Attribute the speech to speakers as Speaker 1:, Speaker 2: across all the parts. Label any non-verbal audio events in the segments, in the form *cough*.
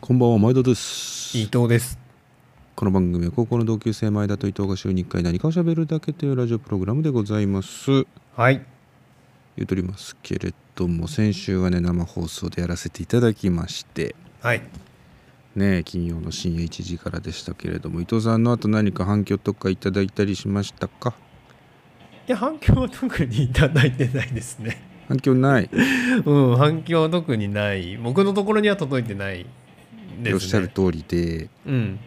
Speaker 1: こんばんは前田です
Speaker 2: 伊藤です
Speaker 1: この番組は高校の同級生前田と伊藤が週に1回何かを喋るだけというラジオプログラムでございます
Speaker 2: はい
Speaker 1: 言うとりますけれども先週はね生放送でやらせていただきまして
Speaker 2: はい
Speaker 1: ね金曜の深夜1時からでしたけれども伊藤さんの後何か反響とかいただいたりしましたか
Speaker 2: いや反響は特にいただいてないですね
Speaker 1: 反響ない
Speaker 2: *laughs* うん反響は特にない僕のところには届いてないですね
Speaker 1: おっしゃる通りで
Speaker 2: うん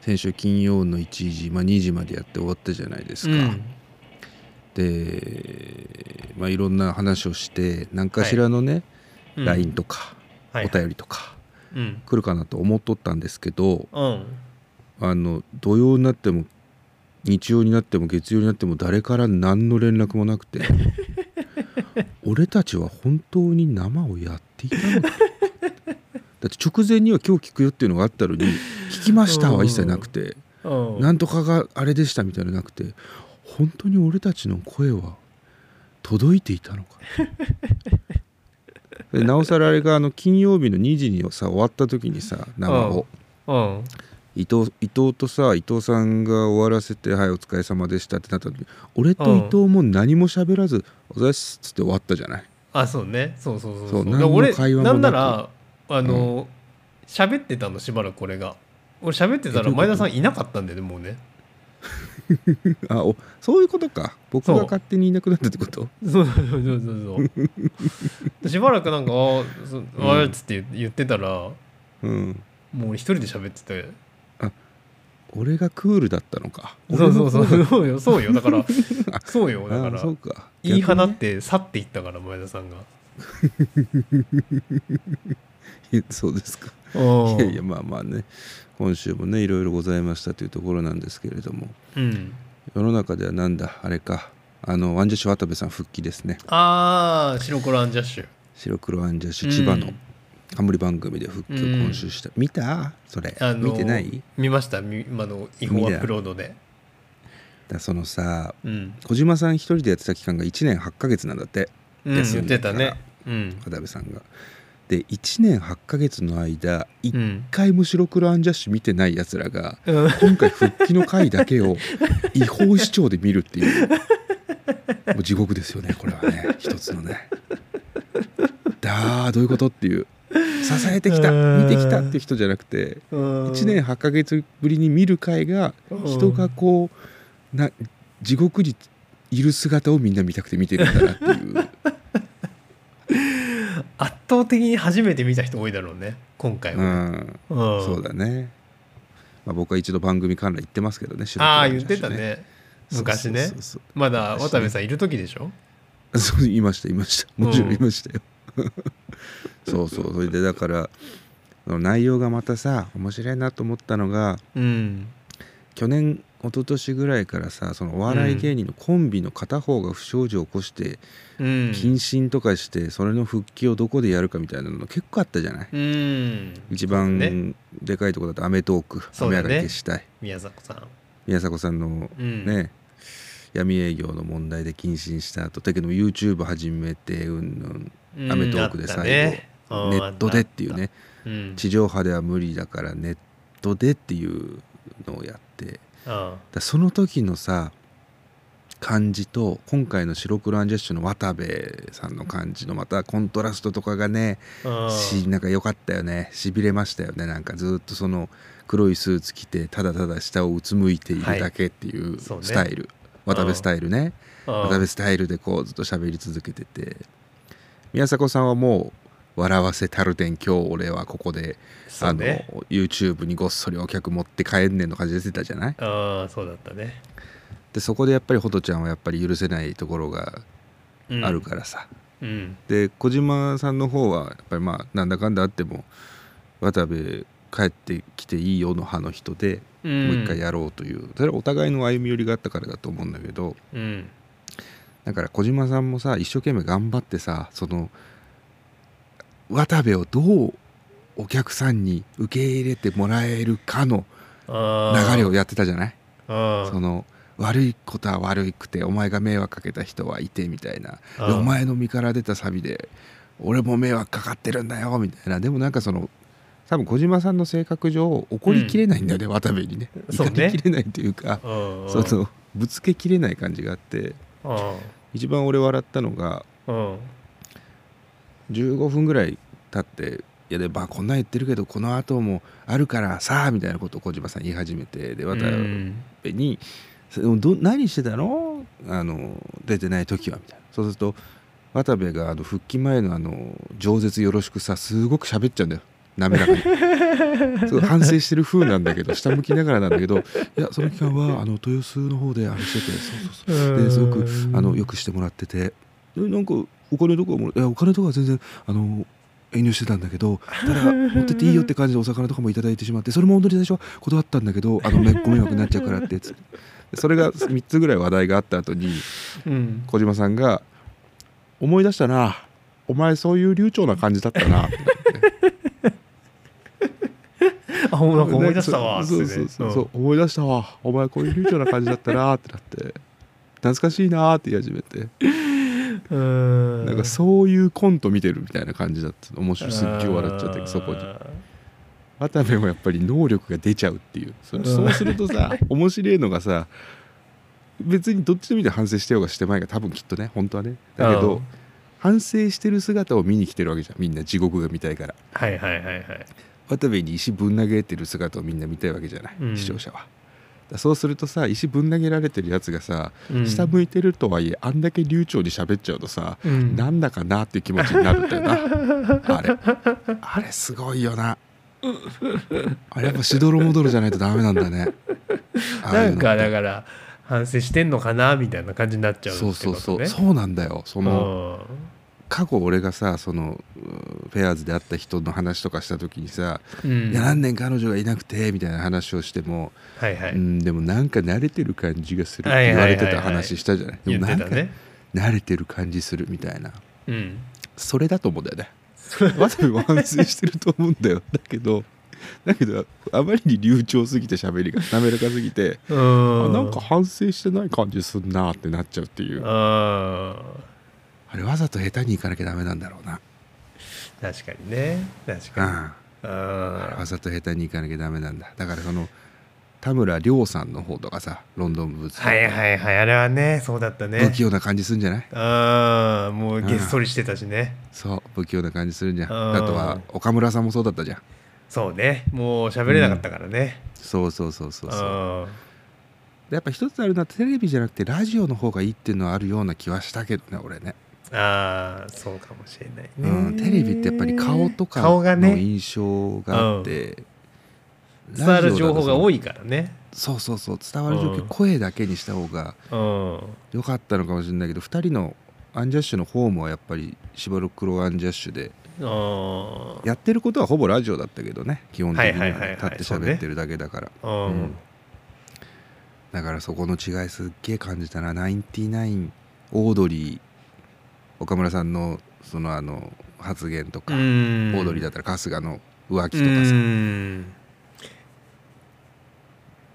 Speaker 1: 先週金曜の1時、まあ、2時までやって終わったじゃないですか、
Speaker 2: うん
Speaker 1: で、まあ、いろんな話をして何かしらのね、
Speaker 2: うん
Speaker 1: LINE とか、
Speaker 2: はい
Speaker 1: お便りとか
Speaker 2: うん
Speaker 1: 来るかなと思っとったんですけど
Speaker 2: うん
Speaker 1: あの土曜になっても日曜になっても月曜になっても誰から何の連絡もなく
Speaker 2: *laughs*
Speaker 1: て俺たちは本当に生をやっていたのかだって直前には今日聞くよっていうのがあったのに「聞きました」は一切なくて「
Speaker 2: うん
Speaker 1: なんとかがあれでした」みたいなのなくて本当に俺たちの声は届いていた
Speaker 2: *laughs*
Speaker 1: のかでなおさらあれがあの金曜日の2時にさ終わった時にさ生を。
Speaker 2: うん
Speaker 1: 伊藤伊藤とさ伊藤さんが終わらせて「はいお疲れ様でした」ってなった時に俺と伊藤も何も喋らず「おざす」っつって終わったじゃない *laughs*
Speaker 2: あそうねそうそうそう
Speaker 1: そう何
Speaker 2: だから
Speaker 1: の
Speaker 2: 俺
Speaker 1: 会話もな
Speaker 2: な
Speaker 1: く
Speaker 2: んならあの喋、ってたのしばらくこれが俺喋ってた
Speaker 1: えど
Speaker 2: ら
Speaker 1: ういうこと
Speaker 2: 前田さんいなかったんでねもう
Speaker 1: *laughs*
Speaker 2: ね
Speaker 1: あおそういうことか僕が
Speaker 2: そう
Speaker 1: 勝手にいなくなったってこと
Speaker 2: そうそうそうそうそうしばらくなんか「あーそあー」っつって言ってたら、
Speaker 1: うん
Speaker 2: もう一人で喋ってて
Speaker 1: 俺がクールだったのか
Speaker 2: そうそうそう
Speaker 1: 俺の
Speaker 2: そうよ *laughs* そうよだからそうよ
Speaker 1: 方
Speaker 2: だ
Speaker 1: が
Speaker 2: か
Speaker 1: あ
Speaker 2: ら
Speaker 1: そうか
Speaker 2: 言い放
Speaker 1: 逆に
Speaker 2: っ
Speaker 1: ね
Speaker 2: て去っていったから前田さんが
Speaker 1: そうですか
Speaker 2: うん
Speaker 1: いやいやまあまあね今週もねいろいろございましたというところなんですけれども
Speaker 2: うん
Speaker 1: 世の中ではなんだあれかあのワンジャッシュ渡部さん復帰ですね
Speaker 2: ああ白黒アンジャッシュ
Speaker 1: 白黒アンジャッシュ千葉の、
Speaker 2: うん
Speaker 1: 冠番組で復帰を今週した、見たそれ、
Speaker 2: あの
Speaker 1: 見てない
Speaker 2: 見ましたみあの違法アップロードで
Speaker 1: だそのさ
Speaker 2: うん、
Speaker 1: 小島さん一人でやってた期間が1年8ヶ月なんだって
Speaker 2: うん、
Speaker 1: 休
Speaker 2: 言
Speaker 1: ん
Speaker 2: っ
Speaker 1: で
Speaker 2: て
Speaker 1: た
Speaker 2: た
Speaker 1: から
Speaker 2: ねうん、
Speaker 1: 渡部さんがで1年8ヶ月の間
Speaker 2: う
Speaker 1: 1
Speaker 2: ん、
Speaker 1: 回も白黒アンジャッシュ見てないやつらが
Speaker 2: うん
Speaker 1: 今回復帰の回だけを違法視聴で見るっていうもう地獄ですよねこれはね一つのねだーどういうことっていう支えてきた見てきたっていう人じゃなくて1年8ヶ月ぶりに見る回が
Speaker 2: うん
Speaker 1: 人がこうな地獄にいる姿をみんな見たくて見てるんだなっていう
Speaker 2: 圧倒的に初めて見た人多いだ *laughs* ろうね今回
Speaker 1: う
Speaker 2: は、
Speaker 1: ん
Speaker 2: うん
Speaker 1: そうだね、まあ、僕は一度番組関連行ってますけどね
Speaker 2: ああ言ってたね昔ね
Speaker 1: そうそう
Speaker 2: まだ渡部さんいる時でしょ
Speaker 1: *laughs* そうそういましたいましたもちろ
Speaker 2: うんん
Speaker 1: いましたよ、 *laughs* そうそうそれでだからその内容がまたさ面白いなと思ったのが
Speaker 2: うん
Speaker 1: 去年一昨年ぐらいからさそのお笑い芸人のコンビの片方が不祥事を起こして、
Speaker 2: うん
Speaker 1: 謹慎とかしてそれの復帰をどこでやるかみたいなの結構あったじゃない、
Speaker 2: うん
Speaker 1: 一
Speaker 2: そうだね
Speaker 1: 番でかいとこだと『アメトーク』
Speaker 2: そう
Speaker 1: 雨
Speaker 2: だ
Speaker 1: 上
Speaker 2: ね
Speaker 1: がり消したい
Speaker 2: 宮迫さん
Speaker 1: 宮迫さんの
Speaker 2: うん
Speaker 1: ね、闇営業の問題で謹慎した後だけども YouTube 始めてうん
Speaker 2: う
Speaker 1: うんん『アメトーク』で
Speaker 2: あっ
Speaker 1: 最
Speaker 2: た
Speaker 1: 後、
Speaker 2: ね
Speaker 1: ネ
Speaker 2: うん
Speaker 1: ットでっていうね
Speaker 2: うん
Speaker 1: 地上波では無理だからネットでっていうのをやって
Speaker 2: あ
Speaker 1: だその時のさ感じと今回の白黒アンジェッシュの渡部さんの感じのまたコントラストとかがね
Speaker 2: あ
Speaker 1: しなんか良かったよねしびれましたよねなんかずっとその黒いスーツ着てただただ下をうつむいているだけっていう
Speaker 2: そうね
Speaker 1: スタイル、渡部スタイルね
Speaker 2: 渡
Speaker 1: 渡部スタイルでこうずっと喋り続けてて宮迫さんはもう笑わせたるてん今日俺はここで、
Speaker 2: そ
Speaker 1: あ
Speaker 2: う
Speaker 1: の
Speaker 2: ね
Speaker 1: YouTube にごっそりお客持って帰んねんの感じで出てたじゃない
Speaker 2: ああそうだったね
Speaker 1: でそこでやっぱりホトちゃんはやっぱり許せないところが
Speaker 2: うん
Speaker 1: あるからさ、
Speaker 2: うん
Speaker 1: で小島さんの方はやっぱりまあなんだかんだあっても渡部帰ってきていいよの派の人で
Speaker 2: うん
Speaker 1: もう一回やろうという、それはお互いの歩み寄りがあったからだと思うんだけど
Speaker 2: うん
Speaker 1: だから小島さんもさ一生懸命頑張ってさその渡部をどうお客さんに受け入れてもらえるかの流
Speaker 2: 流
Speaker 1: れをやってたじゃない
Speaker 2: あ
Speaker 1: その悪いことは悪くてお前が迷惑かけた人はいてみたいなで
Speaker 2: うん
Speaker 1: お前の身から出たサビで俺も迷惑かかってるんだよみたいなでもなんかその多分小島さんの性格上怒りきれないんだよね、渡部にね
Speaker 2: そう
Speaker 1: 怒
Speaker 2: ね
Speaker 1: りきれないというか
Speaker 2: うん
Speaker 1: そのぶつけきれない感じがあって一番俺笑ったのが
Speaker 2: うんうん
Speaker 1: 15分ぐらい経って「いやでまあこんなん言ってるけどこの後もあるからさ」みたいなことを小島さん言い始めてで渡
Speaker 2: うん
Speaker 1: 部に「それど何してたのあの出てない時は」みたいなそうすると渡部があの復帰前のあの「饒舌よろしくさ」すごく喋っちゃうんだよ滑らかに。すごい反省してる風なんだけど下向きながらなんだけど「いやその期間はあの豊洲の方であれしててそうそうそうですごくあのよくしてもらっててえなんかお金とかもいやお金とかは全然あの遠慮してたんだけどただ持ってっていいよって感じでお魚とかもいただいてしまってそれも本当に最初は断ったんだけどあのめご迷惑になっちゃうからってつってそれが3つぐらい話題があった後に
Speaker 2: うん
Speaker 1: 小島さんが「思い出したなお前そういう流暢な感じだったな」ってなって
Speaker 2: あもう *laughs* なんか思い出したわ
Speaker 1: そう
Speaker 2: つって
Speaker 1: そう
Speaker 2: ね
Speaker 1: そうそう思い出したわお前こういう流暢な感じだったなってなって懐かしいなって言い始めて
Speaker 2: うん
Speaker 1: なんかそういうコント見てるみたいな感じだった面白いすっげえ
Speaker 2: うん
Speaker 1: 笑っちゃったけどそこに渡部もやっぱり能力が出ちゃうっていうそ
Speaker 2: うん
Speaker 1: そうするとさ面白いのがさ別にどっちでもいいで反省してようがしてまいが多分きっとね本当はねだけ
Speaker 2: う
Speaker 1: ど
Speaker 2: ん
Speaker 1: 反省してる姿を見に来てるわけじゃんみんな地獄が見たいから
Speaker 2: はいはいはいはい
Speaker 1: 渡部に石ぶん投げてる姿をみんな見たいわけじゃない、
Speaker 2: うん
Speaker 1: 視聴者は。だそうするとさ石ぶん投げられてるやつがさ、
Speaker 2: うん
Speaker 1: 下向いてるとはいえあんだけ流暢に喋っちゃうとさ、
Speaker 2: うん
Speaker 1: なんだかなっていう気持ちになるんだ
Speaker 2: *laughs*
Speaker 1: よなあれあれすごいよなあれやっぱしどろもどろじゃないとダメなんだねああ
Speaker 2: ない
Speaker 1: うんの
Speaker 2: かだから反省してんのかなみたいな感じになっちゃうって
Speaker 1: そう
Speaker 2: こと
Speaker 1: そう
Speaker 2: ね
Speaker 1: そうそうなんだよその
Speaker 2: うん
Speaker 1: 過去俺がさそのうーフェアーズで会った人の話とかした時にさ「
Speaker 2: うん
Speaker 1: いや何年彼女がいなくて」みたいな話をしても
Speaker 2: はいは
Speaker 1: 「
Speaker 2: い、
Speaker 1: うんでもなんか慣れてる感じがする」っ
Speaker 2: はい
Speaker 1: て
Speaker 2: はい
Speaker 1: 言わ
Speaker 2: はいはい
Speaker 1: れてた話したじゃないで
Speaker 2: 言
Speaker 1: も
Speaker 2: っ
Speaker 1: な
Speaker 2: て
Speaker 1: ん
Speaker 2: た
Speaker 1: か
Speaker 2: ね
Speaker 1: 慣れてる感じするみたいな
Speaker 2: うん
Speaker 1: それだと思うんだよね渡部も反省してると思うんだよだけどだけどあまりに流暢すぎて喋りが滑らかすぎて、
Speaker 2: う
Speaker 1: あ
Speaker 2: ん
Speaker 1: なんか反省してない感じすんなってなっちゃうっていうあ
Speaker 2: うん
Speaker 1: れわざと下手にいかなきゃダメなんだろうな、
Speaker 2: 確かにね確
Speaker 1: うん、
Speaker 2: か
Speaker 1: あ
Speaker 2: にう
Speaker 1: れ
Speaker 2: ん
Speaker 1: わざと下手にいかなきゃダメなんだだからその田村亮さんの方とかさロンドンブーツとか
Speaker 2: はいはいはいあれはねそうだった
Speaker 1: 不
Speaker 2: ね
Speaker 1: 器用な感じするんじゃない
Speaker 2: うんもうげっそりしてたしね
Speaker 1: そう不器用な感じするんじゃん
Speaker 2: うん
Speaker 1: あとは岡村さんもそうだったじゃん
Speaker 2: そうねもう喋れなかったからね
Speaker 1: そうそうそうそううんそうやっぱ一つあるのはテレビじゃなくてラジオの方がいいっていうのはあるような気はしたけどね俺ね、
Speaker 2: ああそうかもしれないね、
Speaker 1: うん、テレビってやっぱり顔とか
Speaker 2: 顔が
Speaker 1: の
Speaker 2: ね
Speaker 1: 印象があって、
Speaker 2: 伝わる情報が多
Speaker 1: い
Speaker 2: いからね
Speaker 1: そうそうそう伝わる情報、
Speaker 2: うん
Speaker 1: 声だけにした方が
Speaker 2: うん
Speaker 1: 良かったのかもしれないけど2人のアンジャッシュのホームはやっぱりしばらくロアンジャッシュで
Speaker 2: うん
Speaker 1: やってることはほぼラジオだったけどね基本的には,、
Speaker 2: はいはいはいはい
Speaker 1: 立って喋ってるだけだから、
Speaker 2: うん
Speaker 1: うんだからそこの違いすっげえ感じたな99オードリー岡村さんのそのあの発言とか、
Speaker 2: うん
Speaker 1: オードリーだったら春日の浮気
Speaker 2: う
Speaker 1: とかさ、
Speaker 2: ん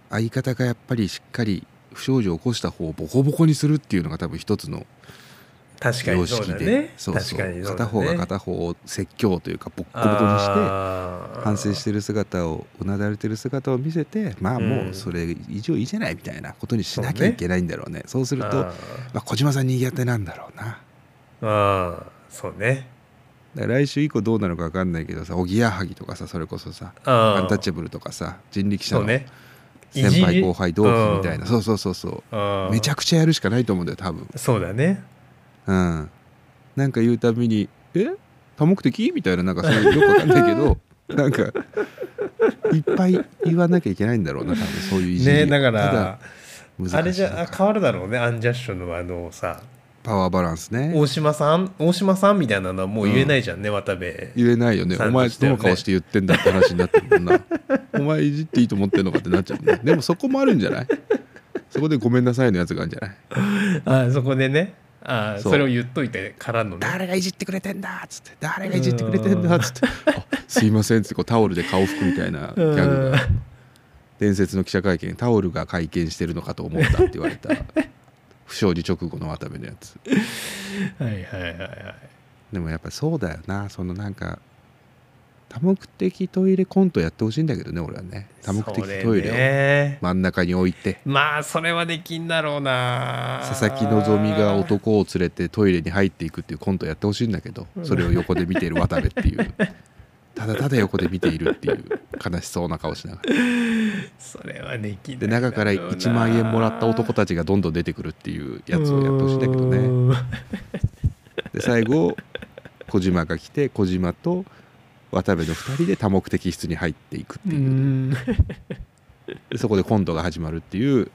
Speaker 1: 相方がやっぱりしっかり不祥事を起こした方をボコボコにするっていうのが多分一つの
Speaker 2: 確か
Speaker 1: 様
Speaker 2: にそ
Speaker 1: 式
Speaker 2: うだ
Speaker 1: で、
Speaker 2: ね
Speaker 1: そうそう
Speaker 2: 確かにそうだ
Speaker 1: 片
Speaker 2: ね
Speaker 1: 方が片方を説教というかボッコボコにして
Speaker 2: て
Speaker 1: 反省してる姿をうなだれてる姿を見せてまあもううんそれ以上いいじゃないみたいなことにしなきゃいけないんだろうねそうすると
Speaker 2: あ
Speaker 1: まあ、小島さんに苦手なんだろうな。
Speaker 2: ーあーそうね
Speaker 1: だから来週以降どうなのか分かんないけどさおぎやはぎとかさそれこそさ
Speaker 2: あ
Speaker 1: ア
Speaker 2: ー
Speaker 1: ンタッチャブルとかさ人力車
Speaker 2: そう
Speaker 1: の
Speaker 2: ね
Speaker 1: 先
Speaker 2: いじ
Speaker 1: 輩
Speaker 2: り
Speaker 1: 後輩同期みたいなそうそうそうそう
Speaker 2: あー
Speaker 1: めちゃくちゃやるしかないと思うんだよ多分
Speaker 2: そうだね
Speaker 1: うんなんか言うたびに「え多目的?」みたいななんかそういうよく分かんないけ
Speaker 2: *laughs*
Speaker 1: どなんかいっぱい言わなきゃいけないんだろうな多分そういういじり
Speaker 2: ねだ
Speaker 1: た
Speaker 2: から
Speaker 1: 難しい
Speaker 2: あれじゃあ変わるだろうねアンジャッシュのあのさ
Speaker 1: パワーバランスね
Speaker 2: 大島さん大島さんみたいなのはもう言えないじゃんね、渡部
Speaker 1: 言えないよね
Speaker 2: さん
Speaker 1: お前
Speaker 2: として
Speaker 1: ど
Speaker 2: は
Speaker 1: の
Speaker 2: ね
Speaker 1: 顔して言ってんだって話になってるもんな *laughs* お前いじっていいと思ってんのかってなっちゃうもん
Speaker 2: *laughs*
Speaker 1: ねでもそこもあるんじゃないそこで「ごめんなさい」のやつがあるんじゃない
Speaker 2: あそこでねあ
Speaker 1: そ
Speaker 2: そうれを言っといてからのね
Speaker 1: 誰がいじってくれてんだっつって誰がいじってくれてんだっつっ
Speaker 2: *laughs*
Speaker 1: てあすいませんっつってこうタオルで顔拭くみたいなギャ
Speaker 2: *laughs*
Speaker 1: グが伝説の記者会見タオルが会見してるのかと思ったって言われた *laughs* 不祥事直後の渡部のやつ
Speaker 2: はいはいはいはい
Speaker 1: でもやっぱそうだよなそのなんか多目的トイレコントやってほしいんだけどね俺はね多目的トイ
Speaker 2: それ
Speaker 1: レを
Speaker 2: ね
Speaker 1: 真ん中に置いて、
Speaker 2: まあそれはできんだろうな
Speaker 1: 佐々木希が男を連れてトイレに入っていくっていうコントやってほしいんだけどそれを横で見ている渡部っていうただただ横で見ているっていう悲しそうな顔しながら
Speaker 2: それはできん
Speaker 1: で中から1万円もらった男たちがどんどん出てくるっていうやつをやってほしいんだけどね
Speaker 2: ね
Speaker 1: で最後小島が来て小島と渡部の2人で多目的室に入っていくって
Speaker 2: う
Speaker 1: いう、
Speaker 2: ん
Speaker 1: でそこでコントが始まるっていう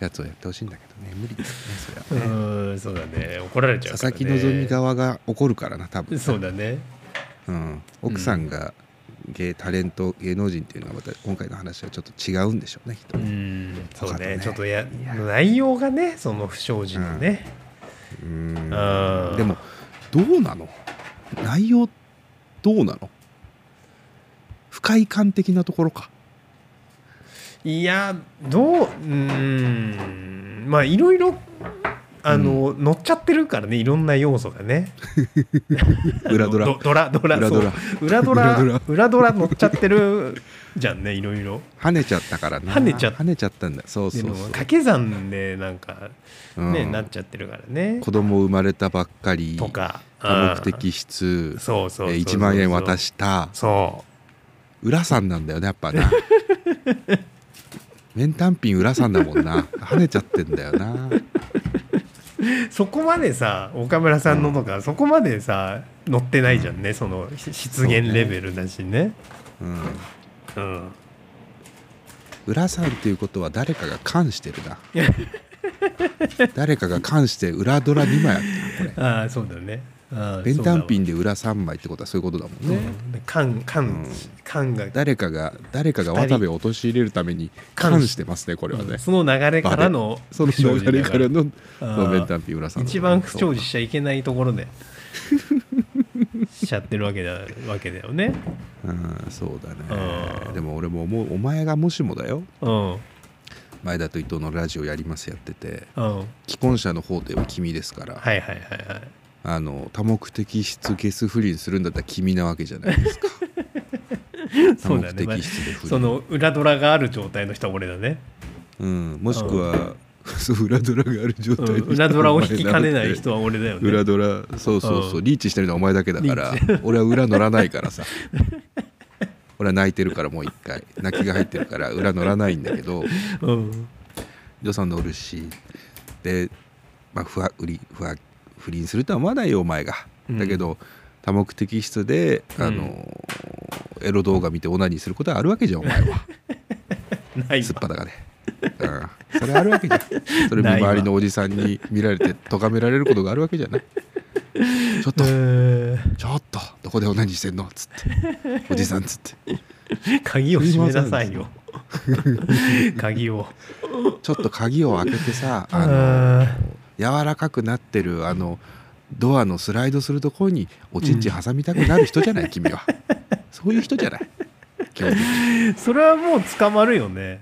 Speaker 1: やつをやってほしいんだけどね無理ですねそれはね
Speaker 2: うんそうだね怒られちゃう
Speaker 1: 佐
Speaker 2: から
Speaker 1: 々
Speaker 2: ね
Speaker 1: 木希側が怒るからな多分
Speaker 2: そうだね
Speaker 1: うん、奥さんが芸タレント芸能人っていうのはまた今回の話はちょっと違うんでしょうね人
Speaker 2: う
Speaker 1: に
Speaker 2: んそうね
Speaker 1: ね
Speaker 2: ちょっとや
Speaker 1: や
Speaker 2: 内容がねその不祥事のね、
Speaker 1: う
Speaker 2: うんん
Speaker 1: でもどうなの内容どうなの不快感的なところか
Speaker 2: いやどううーんまあいろいろあの、乗っちゃってるからねいろんな要素がね
Speaker 1: 裏ド
Speaker 2: あ
Speaker 1: ラ
Speaker 2: のどドラドラ
Speaker 1: 裏ドラ
Speaker 2: そう *laughs* 裏ドラ
Speaker 1: 裏ドラ
Speaker 2: 裏ドラ乗っちゃってるじゃんねいろいろ
Speaker 1: 跳ねちゃったからな
Speaker 2: 跳ねちゃっ
Speaker 1: 跳ねちゃったんだそう
Speaker 2: で
Speaker 1: そう
Speaker 2: も
Speaker 1: そう、
Speaker 2: 掛け算でなんかね、
Speaker 1: うん
Speaker 2: なっちゃってるからね
Speaker 1: 子供生まれたばっかり
Speaker 2: とか
Speaker 1: 多目
Speaker 2: うん
Speaker 1: 的室
Speaker 2: そうそうそうそう
Speaker 1: えー1万円渡した
Speaker 2: そ
Speaker 1: 浦さんなんだよねやっぱな *laughs* 面単品浦さんだもんな跳ねちゃってんだよな
Speaker 2: うそこまでさ岡村さんのとか、そこまでさ乗ってないじゃんねその出現レベルだしね
Speaker 1: うん
Speaker 2: うん
Speaker 1: 浦さんっていうことは誰かが関して
Speaker 2: *laughs*
Speaker 1: るな誰かが関して裏ドラ2枚あったなこ
Speaker 2: ああそうだねああ
Speaker 1: れ面単
Speaker 2: そう
Speaker 1: 品で裏3枚ってことはそういうことだもん
Speaker 2: だ
Speaker 1: ね、
Speaker 2: わうん缶缶缶が
Speaker 1: 誰かが誰かが渡部を陥れるために関してますねこれはね、
Speaker 2: その流れからの
Speaker 1: その流れからの
Speaker 2: あー
Speaker 1: まあ面単品浦さんだもんね
Speaker 2: 一番不調理しちゃいけないところでしちゃってるわけだわけだよね
Speaker 1: うんそうだ
Speaker 2: あ
Speaker 1: ね
Speaker 2: ー
Speaker 1: でも俺も思うお前がもしもだよ
Speaker 2: うん
Speaker 1: 前田と伊藤のラジオやりますやってて
Speaker 2: うん
Speaker 1: 既婚者の方では君ですから、
Speaker 2: はいはいはいはい
Speaker 1: あの多目的室ゲス不倫するんだったら君なわけじゃない
Speaker 2: *laughs*
Speaker 1: ですか多
Speaker 2: そう
Speaker 1: 目
Speaker 2: だね、まあ
Speaker 1: 的室で不倫
Speaker 2: その裏ドラがある状態の人は俺だね、
Speaker 1: うん、もしくは、そう裏ドラがある状
Speaker 2: う
Speaker 1: 態
Speaker 2: ん
Speaker 1: の人
Speaker 2: 裏ドラを引きかねな
Speaker 1: お
Speaker 2: い
Speaker 1: 前んて
Speaker 2: 人は俺だ
Speaker 1: *laughs*
Speaker 2: よね
Speaker 1: 裏ドラそうそうそう、
Speaker 2: うん
Speaker 1: リーチしてるのはお前だけだから俺は裏乗らないから
Speaker 2: *laughs*
Speaker 1: さ俺は泣いてるからもう一回泣きが入ってるから裏乗らないんだけど
Speaker 2: うん
Speaker 1: 予算乗るしで、まあ、不破不倫不破不倫するとは思わないよお前が、
Speaker 2: うん
Speaker 1: だけど多目的室であの、エロ動画見てオナニーすることはあるわけじゃんお
Speaker 2: *laughs*
Speaker 1: 前は
Speaker 2: ない
Speaker 1: すっ
Speaker 2: わ
Speaker 1: ぱだかで、うん、それあるわけじゃ
Speaker 2: *laughs*
Speaker 1: んそれ見
Speaker 2: ないわ
Speaker 1: 周りのおじさんに見られて咎められることがあるわけじゃ
Speaker 2: *laughs*
Speaker 1: ないちょっと、
Speaker 2: う
Speaker 1: ちょっとどこでオナニーしてんのっつっておじさんっつって
Speaker 2: ーん鍵を閉めなさいよ鍵を
Speaker 1: ちょっと鍵を開けてさあの
Speaker 2: あ
Speaker 1: 柔らかくなってるあのドアのスライドするところにおちんちん挟みたくなる人じゃない、
Speaker 2: *laughs*
Speaker 1: 君はそういう人じゃない基本的に
Speaker 2: ーそれはもう捕まるよね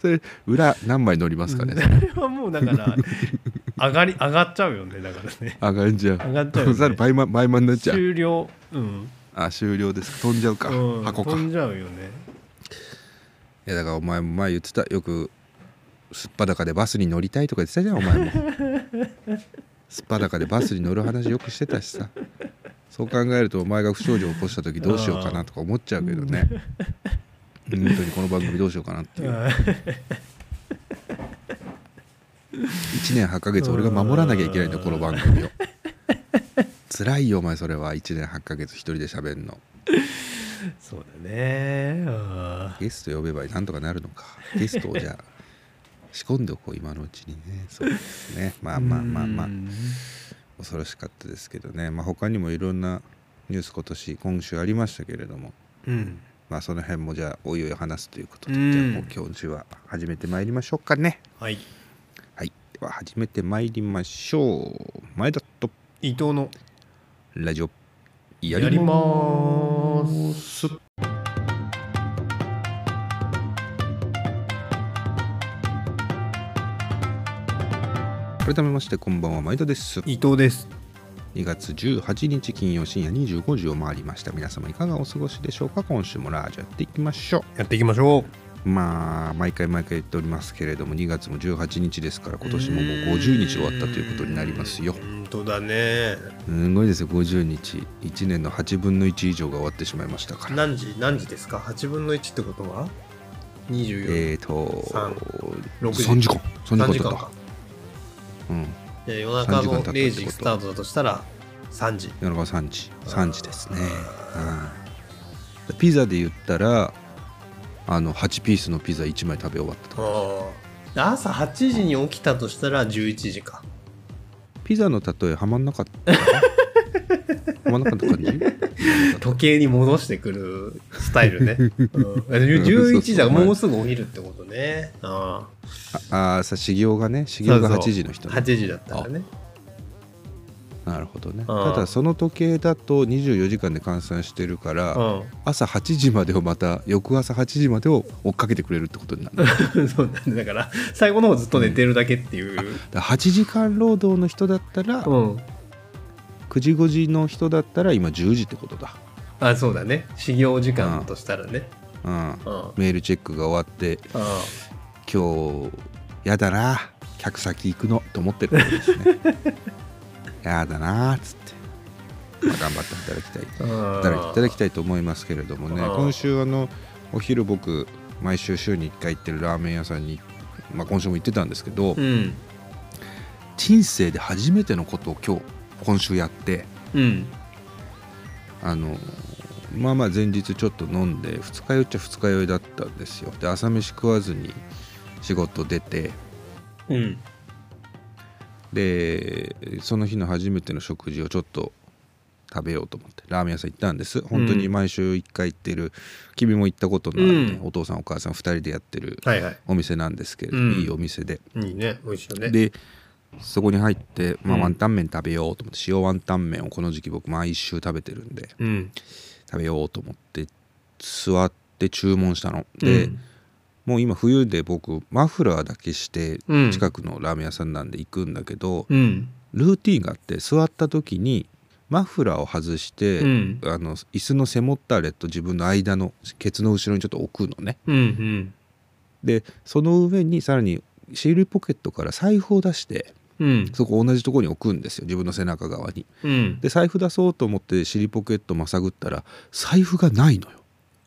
Speaker 1: それ裏何枚乗りますかね、
Speaker 2: それはもうだから上がり上がっちゃうよねだからね
Speaker 1: 上がんじゃう
Speaker 2: 上がっちゃうよね
Speaker 1: *laughs* それ倍満倍満になっちゃう
Speaker 2: 終了うん、
Speaker 1: あ終了です飛んじゃうか、
Speaker 2: うん、
Speaker 1: 箱か
Speaker 2: 飛んじゃうよね
Speaker 1: いやだからお前も前言ってたよくすっぱだかでバスに乗りたいとか言ってたじゃんお前もすっぱだかでバスに乗る話よくしてたしさそう考えるとお前が不祥事を起こした時どうしようかなとか思っちゃうけどね本当にこの番組どうしようかなっていう1年8ヶ月俺が守らなきゃいけないんだよこの番組を辛いよお前それは1年8ヶ月一人で喋んの
Speaker 2: *laughs* そうだねあ
Speaker 1: ゲスト呼べばなんとかなるのかゲストをじゃあ仕込んでおこう今のうちにねそうですねまあまあまあまあ恐ろしかったですけどね、まあ、他にもいろんなニュース今年今週ありましたけれども、
Speaker 2: うん
Speaker 1: まあ、その辺もじゃあおいおい話すということで、
Speaker 2: うん
Speaker 1: じゃあもう今週は始めてまいりましょうかね
Speaker 2: はい
Speaker 1: はいでは始めてまいりましょう前田と
Speaker 2: 伊藤の
Speaker 1: ラジオや
Speaker 2: やりま
Speaker 1: りますす改めましてこんばんは前田です
Speaker 2: 伊藤です
Speaker 1: 2月18日金曜深夜25時を回りました皆様いかがお過ごしでしょうか今週もラージやっていきましょ
Speaker 2: やっていきましょ
Speaker 1: うまあ毎回毎回言っておりますけれども2月も18日ですから今年ももう50日終わったということになりますよ
Speaker 2: う本当だね
Speaker 1: すごいですよ50日1年の8分の1以上が終わってしまいましたから
Speaker 2: 何時何時ですか8分の1ってことは24、
Speaker 1: えーと
Speaker 2: 三六時
Speaker 1: 3時間3
Speaker 2: 3
Speaker 1: 時
Speaker 2: 時
Speaker 1: 間だ
Speaker 2: 間
Speaker 1: っ
Speaker 2: か
Speaker 1: たうん
Speaker 2: じゃあ夜中
Speaker 1: 3時間経ったっ
Speaker 2: の
Speaker 1: てこと
Speaker 2: 0時スタートだとしたら3時
Speaker 1: 夜中3時3時ですね、うん、ピザで言ったらあの8ピースのピザ1枚食べ終わったと
Speaker 2: ああ朝8時に起きたとしたら11時か
Speaker 1: ピザの例えはまんなかったか
Speaker 2: *laughs*
Speaker 1: なはまんなかった感じ
Speaker 2: 時計に戻してくるスタイルね、うん、11
Speaker 1: *laughs*
Speaker 2: 時だもうすぐお昼ってことねああ
Speaker 1: ああさ修行がね修行が
Speaker 2: そう
Speaker 1: 8
Speaker 2: そう
Speaker 1: 時の人ね
Speaker 2: 8時だったらね
Speaker 1: なるほどね
Speaker 2: あ
Speaker 1: ただその時計だと24時間で換算してるから、
Speaker 2: う
Speaker 1: 朝8時までをまた翌朝8時までを追っかけてくれるってことになるだか
Speaker 2: ん *laughs* そうなんだだから最後の方ずっと寝てるだけっていう
Speaker 1: ら8時間労働の人だったら、
Speaker 2: うん
Speaker 1: 9時5時の人だったら今10時ってことだ
Speaker 2: あそうだね始業時間としたらね
Speaker 1: うん
Speaker 2: うんうん
Speaker 1: メールチェックが終わって今日やだな客先行くのと思ってるわけです
Speaker 2: *laughs*
Speaker 1: ねやだなっつって、まあ頑張って働きたい働いていただきたいと思いますけれどもね
Speaker 2: あー
Speaker 1: 今週あのお昼僕毎週週に1回行ってるラーメン屋さんに、まあ、今週も行ってたんですけど、
Speaker 2: うん
Speaker 1: 人生で初めてのことを今日今週やって
Speaker 2: うん
Speaker 1: あのまあまあ前日ちょっと飲んで二日酔いっちゃ二日酔いだったんですよで朝飯食わずに仕事出て
Speaker 2: うん
Speaker 1: でその日の初めての食事をちょっと食べようと思ってラーメン屋さん行ったんです本当に毎週1回行ってる、君も行ったことのあるね、
Speaker 2: うん
Speaker 1: お父さんお母さん2人でやってる
Speaker 2: はいはい
Speaker 1: お店なんですけれど、
Speaker 2: うん
Speaker 1: いいお店で、
Speaker 2: いいね美味しいよね
Speaker 1: でそこに入って、まあ、
Speaker 2: うん
Speaker 1: ワンタン麺食べようと思って、塩ワンタン麺をこの時期僕毎週食べてるんで
Speaker 2: うん
Speaker 1: 食べようと思って座って注文したので、もう今冬で僕マフラーだけして
Speaker 2: うん
Speaker 1: 近くのラーメン屋さんなんで行くんだけど、
Speaker 2: うん
Speaker 1: ルーティンがあって座った時にマフラーを外して、
Speaker 2: うん
Speaker 1: あの椅子の背もたれと自分の間のケツの後ろにちょっと置くのね
Speaker 2: うんうん
Speaker 1: でその上にさらにシールポケットから財布を出して
Speaker 2: うん
Speaker 1: そこ同じところに置くんですよ自分の背中側に
Speaker 2: うん
Speaker 1: で財布出そうと思って尻ポケットまさぐったら財布がないのよ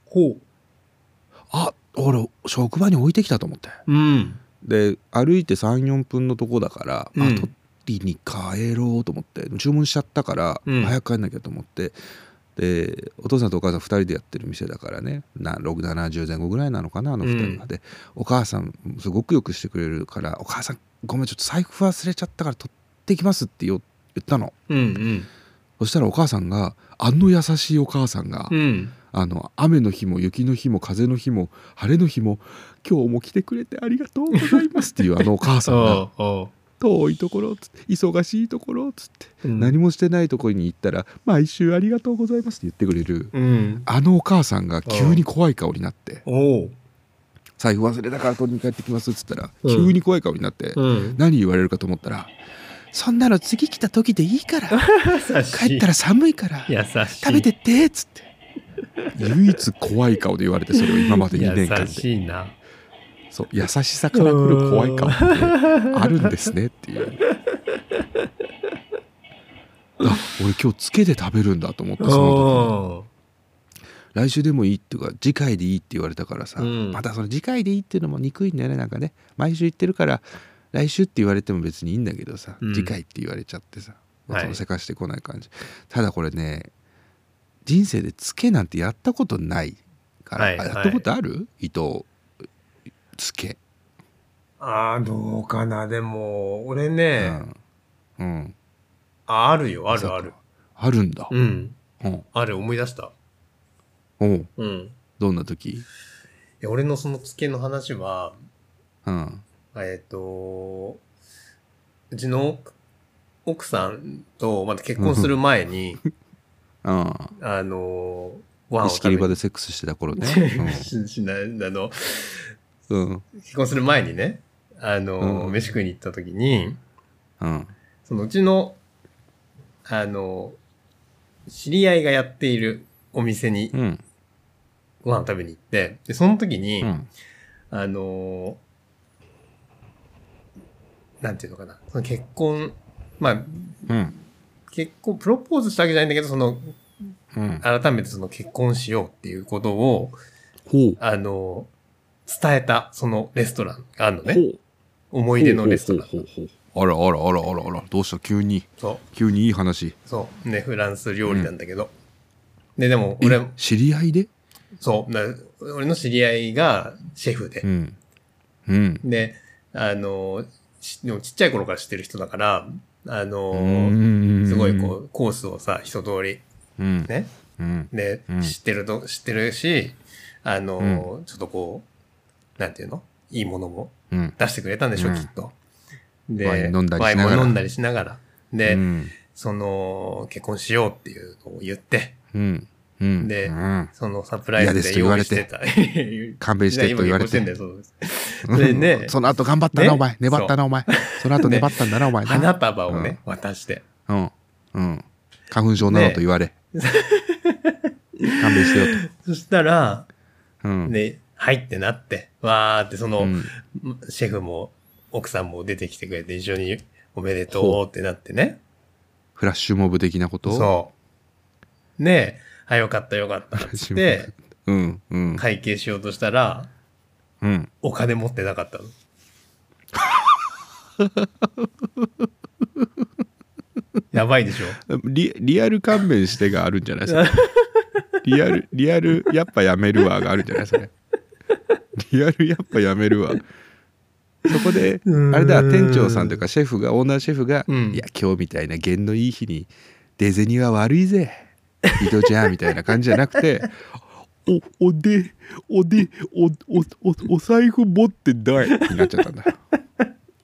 Speaker 2: ほ
Speaker 1: あ俺職場に置いてきたと思って
Speaker 2: ううん
Speaker 1: で歩いて34分のとこだから、まあ
Speaker 2: うん
Speaker 1: 取りに帰ろうと思って注文しちゃったから、
Speaker 2: うん
Speaker 1: 早く帰んなきゃと思ってでお父さんとお母さん2人でやってる店だからねな6 70前後ぐらいなのかなあの2人が、
Speaker 2: うん
Speaker 1: でお母さんすごくよくしてくれるから「お母さんごめんちょっと財布忘れちゃったから取ってきます」ってよ言ったの
Speaker 2: うん
Speaker 1: そしたらお母さんがあの優しいお母さんが、
Speaker 2: うんうん
Speaker 1: あの雨の日も雪の日も風の日も晴れの日も今日も来てくれてありがとうございますっていうあのお母さん
Speaker 2: *laughs*
Speaker 1: が
Speaker 2: ああ
Speaker 1: 遠いところつって忙しいところつって
Speaker 2: 何
Speaker 1: 何もしてないところに行ったら毎週ありがとうございますって言ってくれる
Speaker 2: うん
Speaker 1: あのお母さんが急に怖い顔になって
Speaker 2: おう
Speaker 1: 財布忘れたから取りに帰ってきますっつったら
Speaker 2: うん
Speaker 1: 急に怖い顔になって
Speaker 2: うん
Speaker 1: 何言われるかと思ったら「そんなの次来た時でいい
Speaker 2: *laughs*
Speaker 1: から
Speaker 2: 優しい
Speaker 1: 帰ったら寒いから」
Speaker 2: 優しい
Speaker 1: 食べてってっつって唯一怖い顔で言われてそれを今まで2年間
Speaker 2: 優
Speaker 1: で
Speaker 2: しいな
Speaker 1: そう優しさからくる怖い顔ってあるんですねっていうあ俺今日つけて食べるんだと思ってその
Speaker 2: お
Speaker 1: 時来週でもいいっていうか次回でいいって言われたからさ、
Speaker 2: うん
Speaker 1: またその次回でいいっていうのも憎いんだよねなんかね毎週言ってるから来週って言われても別にいいんだけどさ、
Speaker 2: うん
Speaker 1: 次回って言われちゃってさ
Speaker 2: はい
Speaker 1: そのせかしてこない感じ、ただこれね人生でつけなんてやったことないから、
Speaker 2: はい
Speaker 1: あや
Speaker 2: はい
Speaker 1: ったことある、伊藤つけ、
Speaker 2: あーどうかなでも俺
Speaker 1: う
Speaker 2: ね、
Speaker 1: んうん、
Speaker 2: ああるよあるあ
Speaker 1: そう
Speaker 2: る
Speaker 1: かあるんだ、
Speaker 2: うん
Speaker 1: うん
Speaker 2: ある思い出した
Speaker 1: おう
Speaker 2: うんい
Speaker 1: どんな時、
Speaker 2: や俺のそのつけの話は
Speaker 1: うん、
Speaker 2: えっ、とうちの奥奥さんとまた結婚する前に
Speaker 1: あ
Speaker 2: あのご飯
Speaker 1: あ
Speaker 2: を
Speaker 1: 石
Speaker 2: 食
Speaker 1: 切り
Speaker 2: べ
Speaker 1: 場でセックスしてた頃ね
Speaker 2: *laughs* ししないあの
Speaker 1: うんうん
Speaker 2: 結婚する前にねあの、
Speaker 1: うん
Speaker 2: 飯食いに行った時に
Speaker 1: うん
Speaker 2: そのうちのあの、知り合いがやっているお店に
Speaker 1: うん
Speaker 2: ご飯食べに行って、で、その時に、
Speaker 1: うん
Speaker 2: あのーなんていうのかな、その結婚、まあ、
Speaker 1: うん
Speaker 2: 結婚、プロポーズしたわけじゃないんだけど、その、
Speaker 1: うん
Speaker 2: 改めてその結婚しようっていうことを、
Speaker 1: ほう
Speaker 2: あのー伝えた、そのレストランがあるの
Speaker 1: ほ
Speaker 2: ね。
Speaker 1: う
Speaker 2: 思い出のレストラン。
Speaker 1: ほうほうほうほうあらあらあらあらあらどうした急に
Speaker 2: そう。
Speaker 1: 急にいい話
Speaker 2: そう。ね、フランス料理なんだけど。で、でも、俺、
Speaker 1: え知り合いで
Speaker 2: そう、な俺の知り合いがシェフで
Speaker 1: う。んうん
Speaker 2: で、あの、しでもちっちゃい頃から知ってる人だから、あの、
Speaker 1: す
Speaker 2: すごいこう、コースをさ、一通り
Speaker 1: う、うん
Speaker 2: ね、
Speaker 1: うん
Speaker 2: で
Speaker 1: うん、
Speaker 2: 知ってると、知ってるし、あの、ちょっとこう、なんていうのいいものも
Speaker 1: うん
Speaker 2: 出してくれたんでしょ、
Speaker 1: うん
Speaker 2: きっと。
Speaker 1: ワイ
Speaker 2: で
Speaker 1: ン飲んだりしながら
Speaker 2: ワインも飲んだりしながら。で、
Speaker 1: うん
Speaker 2: その、結婚しようっていうのを言って、
Speaker 1: うんうん
Speaker 2: で
Speaker 1: うん
Speaker 2: そのサプライ
Speaker 1: 嫌
Speaker 2: ズ
Speaker 1: ですと
Speaker 2: で
Speaker 1: 言わ
Speaker 2: 用
Speaker 1: れ
Speaker 2: 意
Speaker 1: て
Speaker 2: して
Speaker 1: *laughs*
Speaker 2: た。
Speaker 1: 勘弁してと言われて
Speaker 2: 今結婚してんだよそうですでね
Speaker 1: その後頑張ったな、
Speaker 2: ね
Speaker 1: お前粘ったなお前その後粘ったんだな、お前
Speaker 2: 花
Speaker 1: な
Speaker 2: 束をね、渡して。
Speaker 1: うんうん花粉症なのと言われ、勘弁してよ
Speaker 2: そしたら、
Speaker 1: とうん、
Speaker 2: で、入ってなって、わーってその、
Speaker 1: うん
Speaker 2: シェフも奥さんも出てきてくれて一緒におめでとうってなってね。
Speaker 1: フラッシュモブ的なこと
Speaker 2: そう。ねえ、あ、よかったよかったっ
Speaker 1: *laughs*
Speaker 2: つって、
Speaker 1: ううんうん
Speaker 2: 会計しようとしたら、
Speaker 1: うん
Speaker 2: お金持ってな
Speaker 1: *laughs*
Speaker 2: かったの。やばいでしょ
Speaker 1: リリアル勘弁してがあるんじゃない *laughs* ですかリアルリアルやっぱやめるわがあるんじゃないそれリアルやっぱやめるわそこで
Speaker 2: うーん
Speaker 1: あれだ店長さんというかシェフがオーナーシェフが「
Speaker 2: うん
Speaker 1: いや今日みたいな弦のいい日に出銭は悪いぜ伊藤ち *laughs* ゃん」みたいな感じじゃなくて「おおでおでおおおお財布持ってない」になっちゃったんだ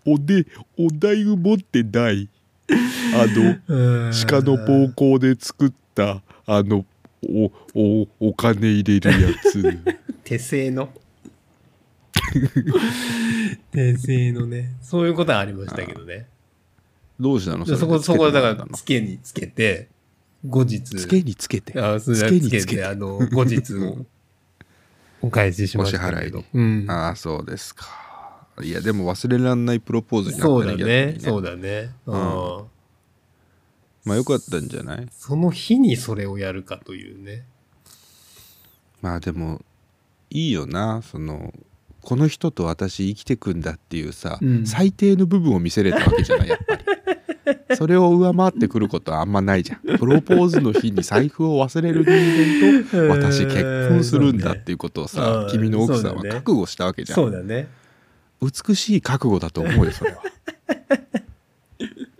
Speaker 1: おでお財布持ってないあの鹿の膀
Speaker 2: ー
Speaker 1: 胱で作ったあのおおお金入れるやつ
Speaker 2: 手製の。 *laughs* 手製のね。そういうことはありましたけどね。
Speaker 1: *laughs* どうしたの
Speaker 2: そ
Speaker 1: れ
Speaker 2: こ、そこ、だから、
Speaker 1: つ
Speaker 2: つけにつけて、後日。
Speaker 1: けにつけて
Speaker 2: あそれ
Speaker 1: つけに
Speaker 2: つけ
Speaker 1: つけて
Speaker 2: て、あの、
Speaker 1: *laughs*
Speaker 2: 後日を、お返ししましたけど。
Speaker 1: お支払いに
Speaker 2: うん。
Speaker 1: ああそうですかいやでも忘れらんないプロポーズにな
Speaker 2: そう
Speaker 1: った
Speaker 2: だ
Speaker 1: り
Speaker 2: ね。そう
Speaker 1: だ
Speaker 2: だね。うんん。
Speaker 1: まあよかったんじゃない
Speaker 2: その日にそれをやるかというね。
Speaker 1: まあでもいいよなそのこの人と私生きてくんだっていうさ、
Speaker 2: うん
Speaker 1: 最低の部分を見せれたわけじゃないやっ
Speaker 2: *laughs*
Speaker 1: ぱりそれを上回ってくることはあんまないじゃんプロポーズの日に財布を忘れる人間と私結婚するんだっていうことをさ、
Speaker 2: うん
Speaker 1: 君の奥さん
Speaker 2: そ
Speaker 1: は
Speaker 2: うだね
Speaker 1: 覚悟したわけじゃん、
Speaker 2: そうだね。
Speaker 1: 美しい覚悟だと思うよそれ
Speaker 2: *laughs*
Speaker 1: は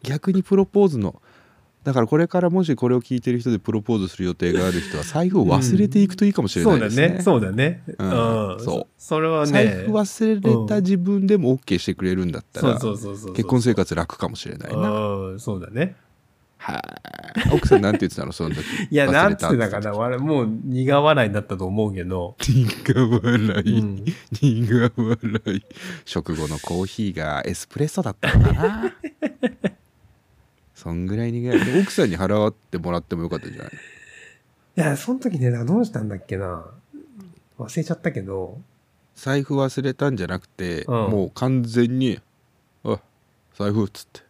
Speaker 1: 逆にプロポーズのだからこれからもしこれを聞いてる人でプロポーズする予定がある人は財布を忘れていくといいかもしれ
Speaker 2: そ
Speaker 1: な
Speaker 2: う
Speaker 1: い
Speaker 2: だ
Speaker 1: ですね、
Speaker 2: ね。そうだね。
Speaker 1: うん
Speaker 2: うん。
Speaker 1: そう。
Speaker 2: それはね。
Speaker 1: 財布忘れた自分でも OK してくれるんだった
Speaker 2: そう
Speaker 1: ら
Speaker 2: そうそうそう。
Speaker 1: 結婚生活楽かもしれないな
Speaker 2: うん、そうだね。
Speaker 1: はい奥さんなんて言ってたのその時
Speaker 2: いや、
Speaker 1: 忘れ
Speaker 2: なんつ
Speaker 1: た
Speaker 2: ってたかな。わらもう苦笑いになったと思うけど。
Speaker 1: 苦笑
Speaker 2: う
Speaker 1: い、
Speaker 2: ん
Speaker 1: *laughs* 苦笑い食後のコーヒーがエスプレッソだったのかな *laughs* そんぐらい苦笑いでも奥さんに払ってもらってもよかったんじゃない
Speaker 2: いや、その時ね、どうしたんだっけな。忘れちゃったけど。
Speaker 1: 財布忘れたんじゃなくて、
Speaker 2: うん
Speaker 1: もう完全に「あ財布」っつって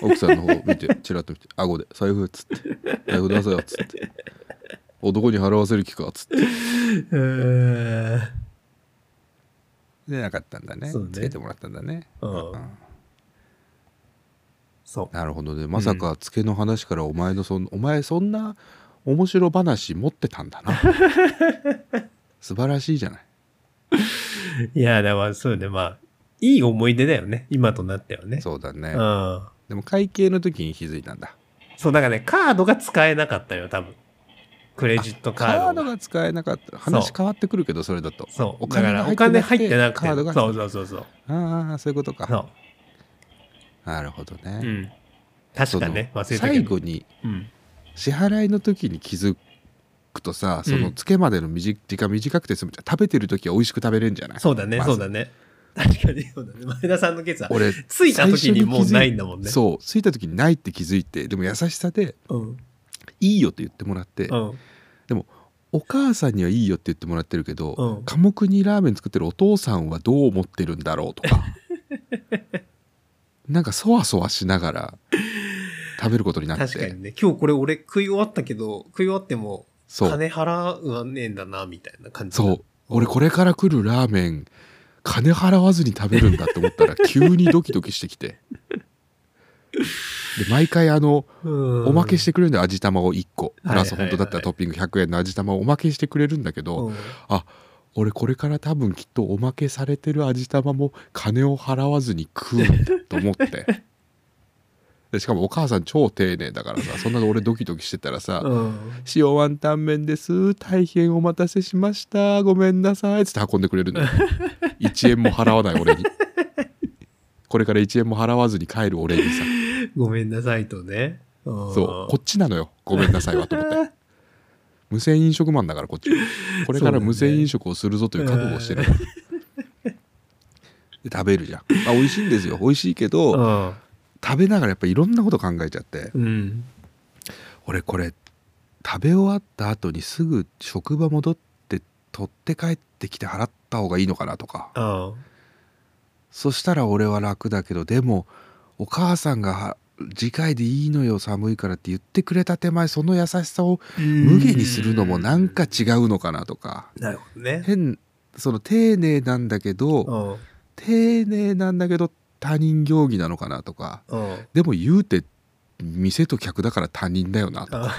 Speaker 1: 奥さんの方見
Speaker 2: *laughs*
Speaker 1: てチラッと見て顎で「財布」っつって「財布出せよ」っつって「男に払わせる気か」っつって
Speaker 2: うーん。
Speaker 1: でなかったんだね
Speaker 2: そうね
Speaker 1: つけてもらったんだね
Speaker 2: うん
Speaker 1: ん
Speaker 2: そう。
Speaker 1: なるほどねまさかつけの話からお前のそん、お前そんな面白話持ってたんだ
Speaker 2: *laughs*
Speaker 1: な素晴らしいじゃない
Speaker 2: いや、だからそうね、まあ、いい思い出だよね、今となってはね。
Speaker 1: そうだね、
Speaker 2: うん。
Speaker 1: でも会計の時に気づいたんだ
Speaker 2: そう、だからね、カードが使えなかったよ、多分。クレジットカードが。
Speaker 1: カードが使えなかった話変わってくるけどそれだと
Speaker 2: そう。
Speaker 1: お
Speaker 2: だか
Speaker 1: 金が
Speaker 2: ら、
Speaker 1: 入っ
Speaker 2: お
Speaker 1: てなくて
Speaker 2: 金入ってなくて。
Speaker 1: カードが
Speaker 2: そうそうそうそう。
Speaker 1: ああそういうこと
Speaker 2: そ
Speaker 1: か
Speaker 2: う。
Speaker 1: なるほどね、
Speaker 2: うん。確かね、
Speaker 1: その
Speaker 2: 忘れたけ
Speaker 1: 最
Speaker 2: ど。
Speaker 1: 後に
Speaker 2: うん。
Speaker 1: 支払いの時に気づくとさそのつけまでの短時間短くて済むじゃん食べてる時は美味しく食べれるんじゃない、
Speaker 2: そうだね、
Speaker 1: まず
Speaker 2: そうだね。確かにそうだね。前田さんのケツは、
Speaker 1: 俺
Speaker 2: ついた時にもうないんだもんね。
Speaker 1: そう着いた時にないって気づいてでも優しさで
Speaker 2: う。うん。
Speaker 1: いいよって言ってもらって、
Speaker 2: うん。
Speaker 1: お母さんにはいいよって言ってもらってるけど、
Speaker 2: うん
Speaker 1: 寡黙にラーメン作ってるお父さんはどう思ってるんだろうとか *laughs* なんかそわそわしながら食べることになって
Speaker 2: 確かにね。今日これ俺食い終わったけど、食い終わっても、
Speaker 1: そう
Speaker 2: 金払わねえんだな、みたいな感じ。
Speaker 1: そう。俺これから来るラーメン金払わずに食べるんだと思
Speaker 2: *laughs*
Speaker 1: ったら急にドキドキしてきてで毎回あの
Speaker 2: うん。
Speaker 1: おまけしてくれるんだよ味玉を1個プラス
Speaker 2: はい
Speaker 1: 本
Speaker 2: はいはい
Speaker 1: 当だったらトッピング100円の味玉をおまけしてくれるんだけど、
Speaker 2: うん
Speaker 1: 俺これから多分きっとおまけされてる味玉も金を払わずに食うんだと思って
Speaker 2: *laughs*
Speaker 1: でしかもお母さん超丁寧だからさそんなの俺ドキドキしてたらさ「
Speaker 2: うん。
Speaker 1: 塩ワンタン麺です大変お待たせしましたごめんなさい」っつって運んでくれるのよ
Speaker 2: *laughs*
Speaker 1: 1円も払わない俺にこれから1円も払わずに帰る俺にさ
Speaker 2: ごめんなさいとね。
Speaker 1: そう
Speaker 2: そ
Speaker 1: こっちなのよごめんなさいはと思って
Speaker 2: *laughs*
Speaker 1: 無銭飲食マンだからこっちはこれから無
Speaker 2: そうだ
Speaker 1: 銭
Speaker 2: ね
Speaker 1: 飲食をするぞという覚悟をしてるからで食べるじゃん、まあ、美味しいんですよ美味しいけど、
Speaker 2: うん。
Speaker 1: 食べながらやっぱいろんなこと考えちゃって
Speaker 2: うん。
Speaker 1: 俺これ食べ終わった後にすぐ職場戻って取って帰ってきて払った方がいいのかなとか
Speaker 2: うん。
Speaker 1: そしたら俺は楽だけどでもお母さんがは次回でいいのよ寒いからって言ってくれた手前その優しさを無下にするのもなんか違うのかなとか
Speaker 2: なるほどね。
Speaker 1: 変その丁寧なんだけ
Speaker 2: う
Speaker 1: ど
Speaker 2: ん。うん。
Speaker 1: 丁寧なんだけど他人行儀なのかなとかでも言うて店と客だから他人だよなとか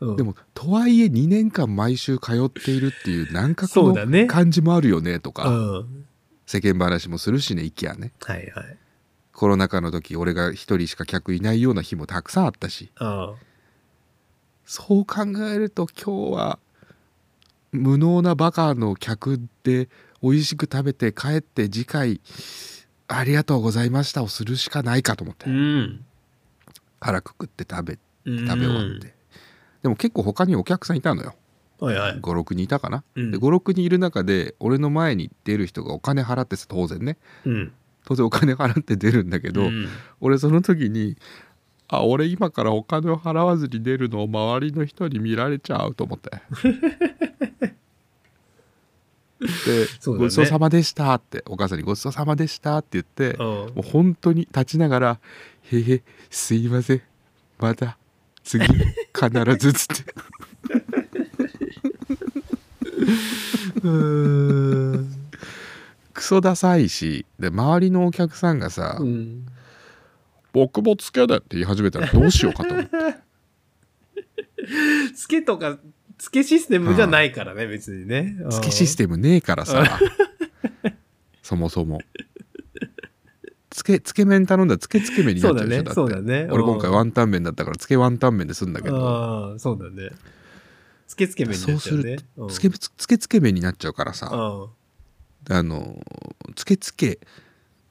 Speaker 2: うん
Speaker 1: でもとはいえ2年間毎週通っているっていう難覚
Speaker 2: そうだね
Speaker 1: の感じもあるよねと
Speaker 2: う
Speaker 1: か
Speaker 2: ん。
Speaker 1: 世間話もするしね IKEA ね
Speaker 2: はいはい。
Speaker 1: コロナ禍の時俺が1人しか客いないような日もたくさんあったし
Speaker 2: うん。
Speaker 1: そう考えると今日は無能なバカの客で美味しく食べて帰って次回「ありがとうございました」をするしかないかと思って、
Speaker 2: うん。
Speaker 1: 腹くくって食べ
Speaker 2: 食
Speaker 1: 食べ終わって、でも結構他にお客さんいたのよ
Speaker 2: はいはい。
Speaker 1: 56人いたかな、
Speaker 2: うん
Speaker 1: で56人いる中で俺の前に出る人がお金払ってさ当然ね
Speaker 2: うん。
Speaker 1: 当然お金払って出るんだけど、
Speaker 2: うん
Speaker 1: 俺その時にあ俺今からお金を払わずに出るのを周りの人に見られちゃうと思って
Speaker 2: *laughs*
Speaker 1: で、
Speaker 2: そうだね
Speaker 1: ごちそうさまでした」ってお母さんに「ごちそうさまでした」って言って
Speaker 2: うん
Speaker 1: もう本当に立ちながら「へへすいませんまた次必ず」っつ
Speaker 2: *laughs*
Speaker 1: って
Speaker 2: うん。
Speaker 1: クソダサいしで周りのお客さんがさ「
Speaker 2: うん。
Speaker 1: 僕もつけだ」って言い始めたらどうしようかと思って
Speaker 2: つけとか、つけシステムじゃないからね、別にね。
Speaker 1: つけシス
Speaker 2: テ
Speaker 1: テムねえからさ *laughs* そもそも。つけつけ麺頼んだらつけつけ麺になっちゃうでしょ
Speaker 2: そう
Speaker 1: だ
Speaker 2: だ
Speaker 1: って
Speaker 2: ねそうだね
Speaker 1: 俺今回
Speaker 2: うん
Speaker 1: ワンタン麺だったからつけワンタン麺ですんだけど
Speaker 2: ああ、そうだね。つけつけ麺になっちゃうね。うん
Speaker 1: つけつつけつけ麺になっちゃうからさ、
Speaker 2: うん。
Speaker 1: あのつけつけ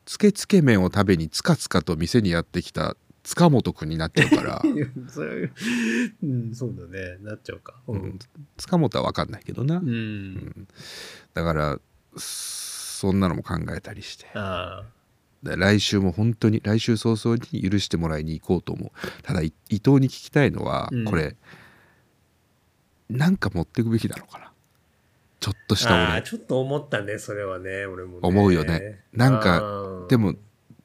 Speaker 1: つけつけ麺を食べにつかつかと店にやってきた塚本くんになっちゃうから
Speaker 2: *laughs* 、いやそれうん、そうだね。なっちゃうか。う
Speaker 1: うんん。、塚本は分かんないけどな、
Speaker 2: う。
Speaker 1: うんんだからそんなのも考えたりして
Speaker 2: あ
Speaker 1: だから来週も本当に来週早々に許してもらいに行こうと思うただい伊藤に聞きたいのは、
Speaker 2: うん
Speaker 1: これなんか持ってくべきだろうかなちょっとし
Speaker 2: ー
Speaker 1: た
Speaker 2: あー、
Speaker 1: 俺
Speaker 2: ちょっと思ったね、それはね、俺もね。
Speaker 1: 思うよねなんか
Speaker 2: うん
Speaker 1: でも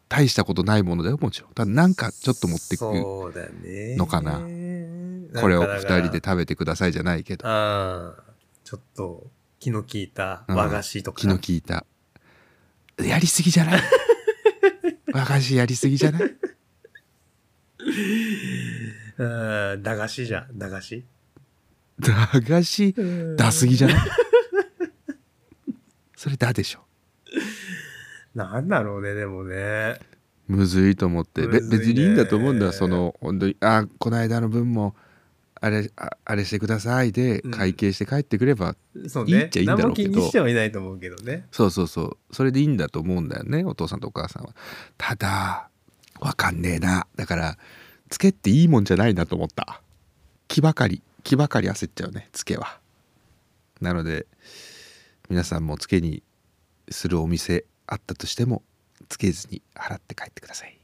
Speaker 1: 大したことないものだよもちろんただなんかちょっと持ってく
Speaker 2: そうだね
Speaker 1: のかな
Speaker 2: なんか
Speaker 1: これを二
Speaker 2: だから
Speaker 1: 人で食べてくださいじゃないけど
Speaker 2: ああ、ちょっと気の利いた
Speaker 1: うん
Speaker 2: 和菓子とか。
Speaker 1: 気の利いたやりすぎじゃない和菓子やりすぎじゃ
Speaker 2: *laughs*
Speaker 1: ない
Speaker 2: うん、駄菓子じゃん、駄菓子。
Speaker 1: 駄菓子出すぎじゃないそれだでしょ
Speaker 2: なんだろうね、でもね。
Speaker 1: むずいと思って、べ
Speaker 2: むずいね
Speaker 1: 別にいいんだと思うんだその本当にあこの間の分もあれああれしてくださいで
Speaker 2: うん
Speaker 1: 会計して帰ってくれば、
Speaker 2: そう
Speaker 1: いいっ
Speaker 2: ね。
Speaker 1: ちゃいいんだろうけど
Speaker 2: 何も気にしてはいないと思うけどね。
Speaker 1: そうそうそうそれでいいんだと思うんだよねお父さんとお母さんはただわかんねえなだからつけっていいもんじゃないなと思った気ばかり気ばかり焦っちゃうねつけはなので皆さんもつけにするお店あったとしてもつけずに払って帰ってください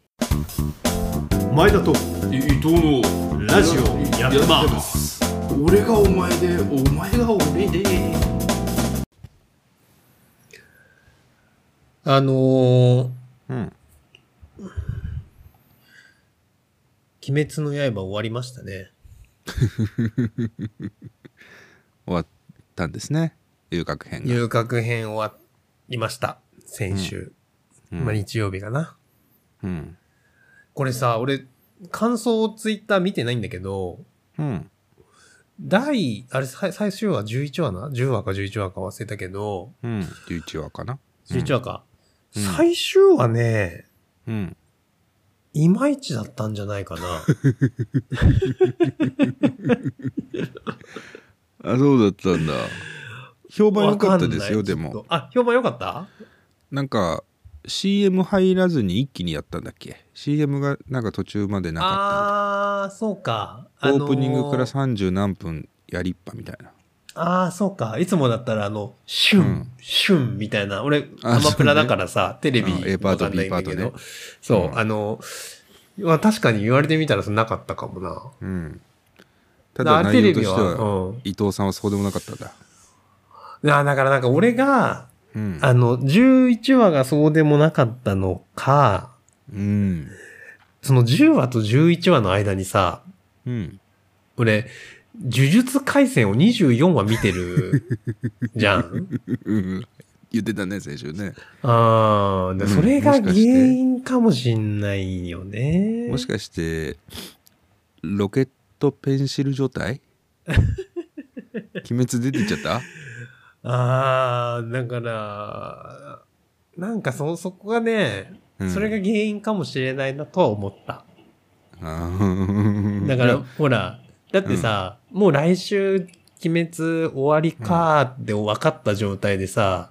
Speaker 2: 前田と
Speaker 3: 伊藤の
Speaker 2: ラジオやってます
Speaker 3: 俺がお前でお前が俺で
Speaker 2: あのー
Speaker 1: うん
Speaker 2: 鬼滅の刃」終わりましたね
Speaker 1: 終わったんですね遊郭編が
Speaker 2: 遊郭編終わりました先週、
Speaker 1: うん
Speaker 2: まあ日曜日かな
Speaker 1: うん
Speaker 2: これさ俺感想をツイッター見てないんだけど
Speaker 1: うん
Speaker 2: 第あれさい最終話11話な10話か11話か忘れたけど
Speaker 1: うん11話かな
Speaker 2: 11話か、
Speaker 1: うん
Speaker 2: 最終話ね
Speaker 1: うん
Speaker 2: いまいちだったんじゃないかな
Speaker 1: あそうだったんだ *laughs* 評判良かったですよ
Speaker 2: わかんない
Speaker 1: で
Speaker 2: ちょっ
Speaker 1: も
Speaker 2: とあ評判良かった
Speaker 1: なんか CM 入らずに一気にやったんだっけ CM がなんか途中までなかっ
Speaker 2: ああーそうか、
Speaker 1: た
Speaker 2: あ
Speaker 1: ん
Speaker 2: の
Speaker 1: だオープニングから30何分やりっぱみたいな
Speaker 2: ああ、そうか。いつもだったら、あの、シュン、
Speaker 1: うん
Speaker 2: シュンみたいな。俺、
Speaker 1: あ
Speaker 2: アマプラだからさ、テレビ
Speaker 1: う
Speaker 2: わ
Speaker 1: ん A パート
Speaker 2: かんないんだけど、
Speaker 1: B パート
Speaker 2: そう、
Speaker 1: うん
Speaker 2: あの、まあ確かに言われてみたらそれなかったかもな。
Speaker 1: うんただ
Speaker 2: あ
Speaker 1: 内
Speaker 2: テレ
Speaker 1: 容と
Speaker 2: ビ
Speaker 1: して
Speaker 2: は、
Speaker 1: は
Speaker 2: う
Speaker 1: 伊藤さんはそうでもなかったんだ
Speaker 2: ん。あーだからなんか俺が、
Speaker 1: うん
Speaker 2: あの、11話がそうでもなかったのか、
Speaker 1: うん
Speaker 2: その10話と11話の間にさ、 *laughs*
Speaker 1: うん
Speaker 2: 俺、呪術廻戦を24話見てる
Speaker 1: *laughs*
Speaker 2: じゃん
Speaker 1: うん言ってたね先週ね
Speaker 2: ああ、で
Speaker 1: うん
Speaker 2: それが
Speaker 1: もし
Speaker 2: 原
Speaker 1: かして
Speaker 2: 因かもしんないよね。
Speaker 1: もしかしてロケットペンシル状態
Speaker 2: *laughs*
Speaker 1: 鬼滅出てっちゃった
Speaker 2: ああ、だから、なんかそ、そこがね、
Speaker 1: うん
Speaker 2: それが原因かもしれないなとは思った。
Speaker 1: あー
Speaker 2: だから、
Speaker 1: いや
Speaker 2: ほら、だってさ、もう来週、鬼滅終わりかーって分かった状態でさ、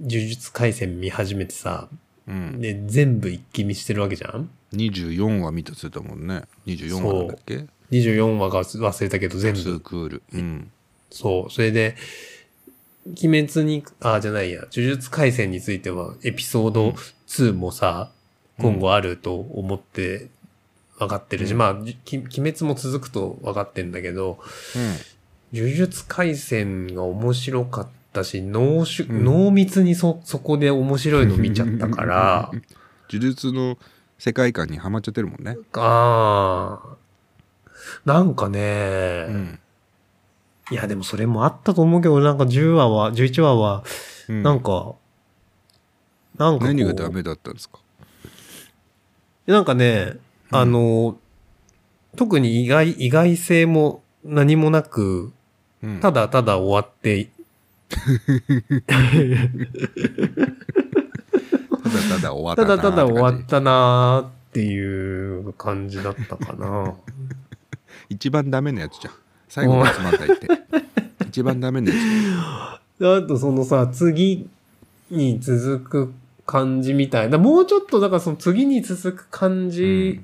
Speaker 2: 呪術廻戦見始めてさ、
Speaker 1: うん、うん
Speaker 2: で、全部一気見してるわけじゃん
Speaker 1: 24話見たっつってたもんね24話なんだっけ
Speaker 2: ?24 話か忘れたけど全
Speaker 1: ツ
Speaker 2: 部
Speaker 1: ー。クールうん
Speaker 2: そう。それで、鬼滅に、あ、じゃないや、呪術廻戦については、エピソード2もさ、今後あると思って分かってるし、
Speaker 1: うん
Speaker 2: まあ、じ鬼鬼滅も続くと分かってんだけど、呪術廻戦が面白かったし、濃縮、
Speaker 1: うん
Speaker 2: 濃密にそ、そこで面白いの見ちゃったから、
Speaker 1: 呪術の世界観にはまっちゃってるもんね、
Speaker 2: あーなんかね、
Speaker 1: うん
Speaker 2: いや、でもそれもあったと思うけど、なんか10話は、11話は、
Speaker 1: うん
Speaker 2: なんか、なんかこう
Speaker 1: 何がダメだったんですか
Speaker 2: なんかね、
Speaker 1: うん
Speaker 2: あの、特に意外、意外性も何もなく、た
Speaker 1: だ
Speaker 2: だただ終わって、
Speaker 1: ただただ終わった
Speaker 2: た
Speaker 1: なー
Speaker 2: だただ終わ
Speaker 1: って感
Speaker 2: ったなーっていう感じだったかな。
Speaker 1: じ一番ダメなやつじゃん最後がつまん
Speaker 2: *laughs*
Speaker 1: ないって一番ダメなやつ
Speaker 2: であとそのさ、次に続く感じみたいな、もうちょっとだからその次に続く感じ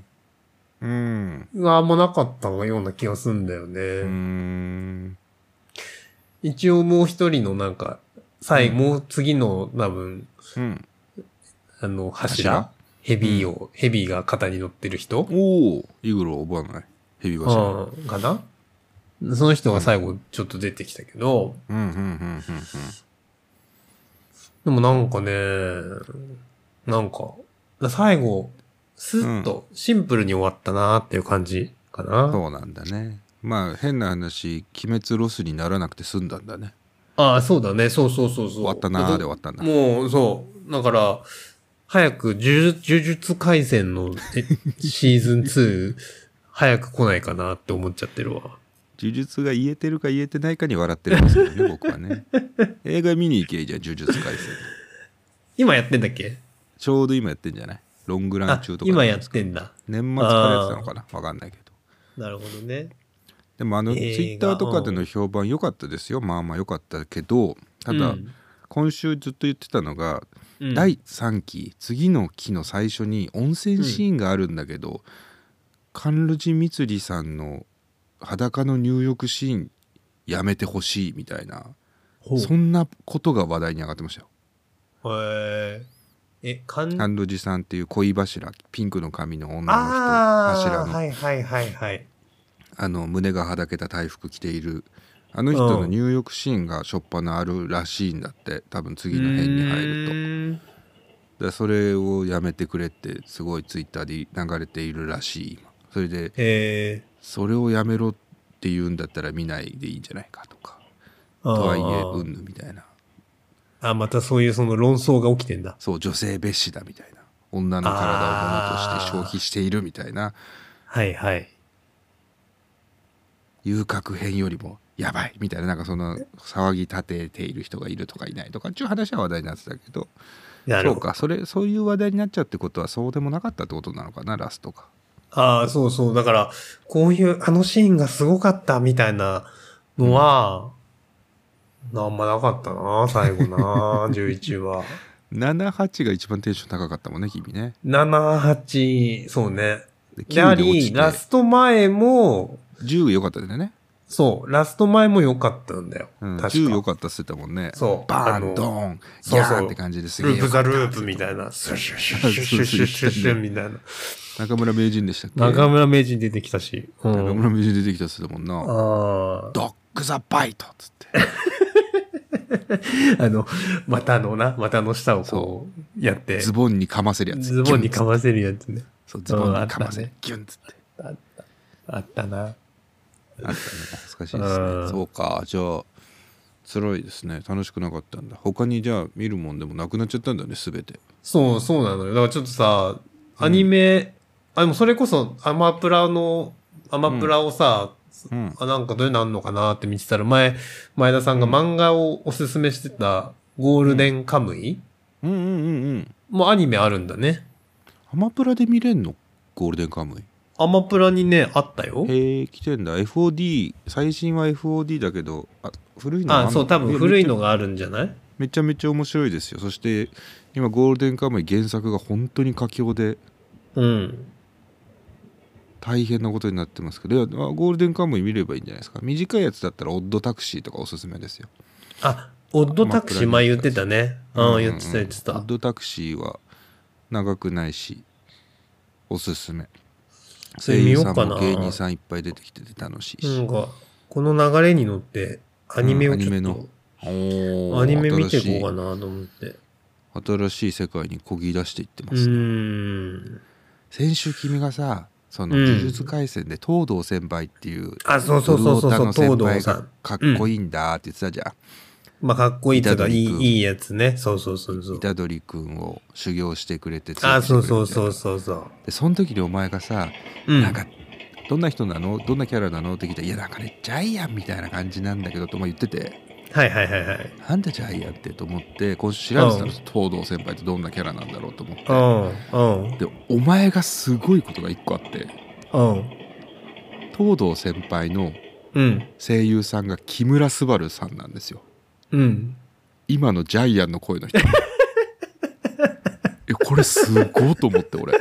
Speaker 1: うん
Speaker 2: があんまなかったような気がすんだよね。
Speaker 1: うーん
Speaker 2: 一応もう一人のなんか、最後、
Speaker 1: うん
Speaker 2: もう次の多分、
Speaker 1: うん
Speaker 2: あの、柱
Speaker 1: 柱
Speaker 2: ヘビーを、ヘビーが肩に乗ってる人
Speaker 1: おおイグロ覚えないヘビ
Speaker 2: う
Speaker 1: バシうん
Speaker 2: ん、かなその人が最後ちょっと出てきたけど、
Speaker 1: うんうんうんうん
Speaker 2: でもなんかね、なんか、最後、スッとシンプルに終わったなっていう感じかな。
Speaker 1: そうなんだねまあ変な話鬼滅ロスにならなくて済んだんだね
Speaker 2: ああ、そうだね、そうそうそうそう。
Speaker 1: 終わったなーで終わったんだ
Speaker 2: もう、そう。だから、早く呪術、呪術廻戦の
Speaker 1: *laughs*
Speaker 2: えシーズン2、早く来ないかなって思っちゃってるわ。
Speaker 1: 呪術が言えてるか言えてないかに笑ってるんですけどね *laughs* 僕はね映画見に行けじゃあ呪術廻戦
Speaker 2: 今やってんだっけ
Speaker 1: ちょうど今やってんじゃないロングラン
Speaker 2: あ
Speaker 1: 中と、か
Speaker 2: 今やってんだ。
Speaker 1: 年末からやってたのかなわかんないけど
Speaker 2: なるほどね。
Speaker 1: でもあの
Speaker 2: 映
Speaker 1: ツイ
Speaker 2: 画
Speaker 1: ッターとかでの評判良かったですよまあまあ良かったけどただ、
Speaker 2: うん
Speaker 1: 今週ずっと言ってたのが、
Speaker 2: うん
Speaker 1: 第3期次の期の最初に温泉シーンがあるんだけど、甘露寺光りさんの裸の入浴シーンやめてほしいみたいな
Speaker 2: ほう
Speaker 1: そんなことが話題に上がってましたよ
Speaker 2: えー、え、漢字
Speaker 1: ハンドジさんっていう恋柱ピンクの髪の女の人
Speaker 2: ああ
Speaker 1: 柱の、
Speaker 2: はいはいはいはい。
Speaker 1: あの胸がはだけた大服着ているあの人の入浴シーンがしょっぱなあるらしいんだって多分次の辺に入ると
Speaker 2: る
Speaker 1: だそれをやめてくれってすごいツイッターで流れているらしい今それで
Speaker 2: と。え
Speaker 1: それをやめろって言うんだったら見ないでいいんじゃないかとか
Speaker 2: ー、
Speaker 1: とはいえ
Speaker 2: あー
Speaker 1: うんぬみたいな
Speaker 2: あ、またそういうその論争が起きてんだ。
Speaker 1: そう女性蔑視だみたいな女の体を物として消費しているみたいな
Speaker 2: はいはい。
Speaker 1: 遊郭編よりもやばいみたいななんかその騒ぎ立てている人がいるとかいないとかっていう話は話題になってたけど
Speaker 2: なる
Speaker 1: そう
Speaker 2: ほど。
Speaker 1: かそれそういう話題になっちゃうってことはそうでもなかったってことなのかなラストか
Speaker 2: ああ、そうそう。だから、こういう、あのシーンがすごかったみたいなのは、なんまなかったな、最後な、11話。
Speaker 1: 78が一番テンション高かったもんね君ね
Speaker 2: 7、8、そうね。
Speaker 1: で
Speaker 2: であ
Speaker 1: 9で落
Speaker 2: り、
Speaker 1: ちて
Speaker 2: ラスト前も、
Speaker 1: 10良かったんだよね、
Speaker 2: そう、ラスト前も良かったんだよ。
Speaker 1: うん、
Speaker 2: 確か
Speaker 1: 10良かったっつってたもんね
Speaker 2: そう
Speaker 1: バ
Speaker 2: あ
Speaker 1: ーン
Speaker 2: の
Speaker 1: ドーンギ
Speaker 2: そう
Speaker 1: ャ
Speaker 2: そう
Speaker 1: ーンって感じですげえ
Speaker 2: ループザル
Speaker 1: 良か
Speaker 2: ー
Speaker 1: った
Speaker 2: プみたいな。シュッシュッシュッシュッシュッシュッシュッシュッシュッシュッみたいな。
Speaker 1: 中村名人でしたっけ
Speaker 2: 中村名人出てきたし。う
Speaker 1: 中
Speaker 2: ん。
Speaker 1: 村名人出てきたっつってたもんな
Speaker 2: あ
Speaker 1: ドッグ・ザ・バイトっつって
Speaker 2: あ。あの、股のな、股の下をこう、やって、
Speaker 1: ズ
Speaker 2: ズ
Speaker 1: ボンにかませるやつ
Speaker 2: ボン
Speaker 1: ギュンっつ
Speaker 2: に
Speaker 1: って
Speaker 2: かませるやつね。
Speaker 1: そうズボンにかま
Speaker 2: う
Speaker 1: せる
Speaker 2: んあったね
Speaker 1: ギュンっつって
Speaker 2: あった。あったな。
Speaker 1: あったね懐かしいです
Speaker 2: う
Speaker 1: ね
Speaker 2: ん
Speaker 1: そうかじゃあ辛いですね楽しくなかったんだ他にじゃあ見るもんでもなくなっちゃったんだね全て
Speaker 2: そう、そうなのよ。だからちょっとさ、アニメ、あ、でもそれこそアマプラの、アマプラをさ、
Speaker 1: うん
Speaker 2: あなんかどういうのあんのかなって見てたら、前、前田さんが漫画をおすすめしてた、ゴールデンカムイ、
Speaker 1: うんうんうんうん
Speaker 2: もうアニメあるんだね。
Speaker 1: アマプラで見れんのゴールデンカムイ
Speaker 2: アマプラにね、あったよ。
Speaker 1: へえ来てんだ FOD 最新は FOD だけどあ古いのもん
Speaker 2: あ、
Speaker 1: の
Speaker 2: そう、多分古いの
Speaker 1: め
Speaker 2: があるんじゃない
Speaker 1: めちゃめちゃ面白いですよそして今ゴールデンカムイ原作が本当に佳境で
Speaker 2: うん。
Speaker 1: 大変なことになってますけどいやあゴールデンカムイ見ればいいんじゃないですか短いやつだったらオッドタクシーとかおすすめですよ
Speaker 2: あ、オッドタクシー前言ってたね。うん、言ってた言
Speaker 1: うんう
Speaker 2: って
Speaker 1: ん
Speaker 2: た
Speaker 1: オッ。ドタクシーは長くないしおすすめ
Speaker 2: そ
Speaker 1: 声
Speaker 2: れ見
Speaker 1: 優
Speaker 2: よう
Speaker 1: さん
Speaker 2: か
Speaker 1: も
Speaker 2: な。
Speaker 1: 芸人さんいっぱい出てきてて楽しいし、
Speaker 2: なんか、この流れに乗って、アニメをちょ
Speaker 1: うんアニメ
Speaker 2: っと、
Speaker 1: のおー
Speaker 2: アニメ見ていこうかなと思って。
Speaker 1: 新しい新しい世界にこぎ出していってま
Speaker 2: う
Speaker 1: すね、
Speaker 2: ーん。
Speaker 1: 先週君がさその
Speaker 2: うん
Speaker 1: 呪術廻戦で東堂先輩っていう、
Speaker 2: あ、そうそうそうそうそう、
Speaker 1: ドルオタの
Speaker 2: 東堂
Speaker 1: 先輩
Speaker 2: さ
Speaker 1: が
Speaker 2: ん。
Speaker 1: かっこいいんだって言ってたじゃん、
Speaker 2: まあ、かっこいいというか、いい
Speaker 1: 虎杖、君
Speaker 2: いいやつね。そうそうそうそう。
Speaker 1: 虎杖君を修行してくれて
Speaker 2: あ、そうそう
Speaker 1: う
Speaker 2: そうそうそう。
Speaker 1: でその時にお前がさ
Speaker 2: うん。
Speaker 1: なんか、どんな人なのどんなキャラなのって聞いたら、いや、なんかね、ジャイアンみたいな感じなんだけどとも言ってて、
Speaker 2: はいはいはいはい。
Speaker 1: なんでジャイアンってと思って、今週調べてた
Speaker 2: うん
Speaker 1: の、東堂先輩ってどんなキャラなんだろうと思って。
Speaker 2: うん、うん、
Speaker 1: で、お前がすごいことが一個あって、
Speaker 2: うん。
Speaker 1: 東堂先輩の
Speaker 2: うん、
Speaker 1: 声優さんが木村昴さんなんですよ。
Speaker 2: うん。
Speaker 1: 今のジャイアンの声の人。 *laughs* え、これすごいと思って、俺。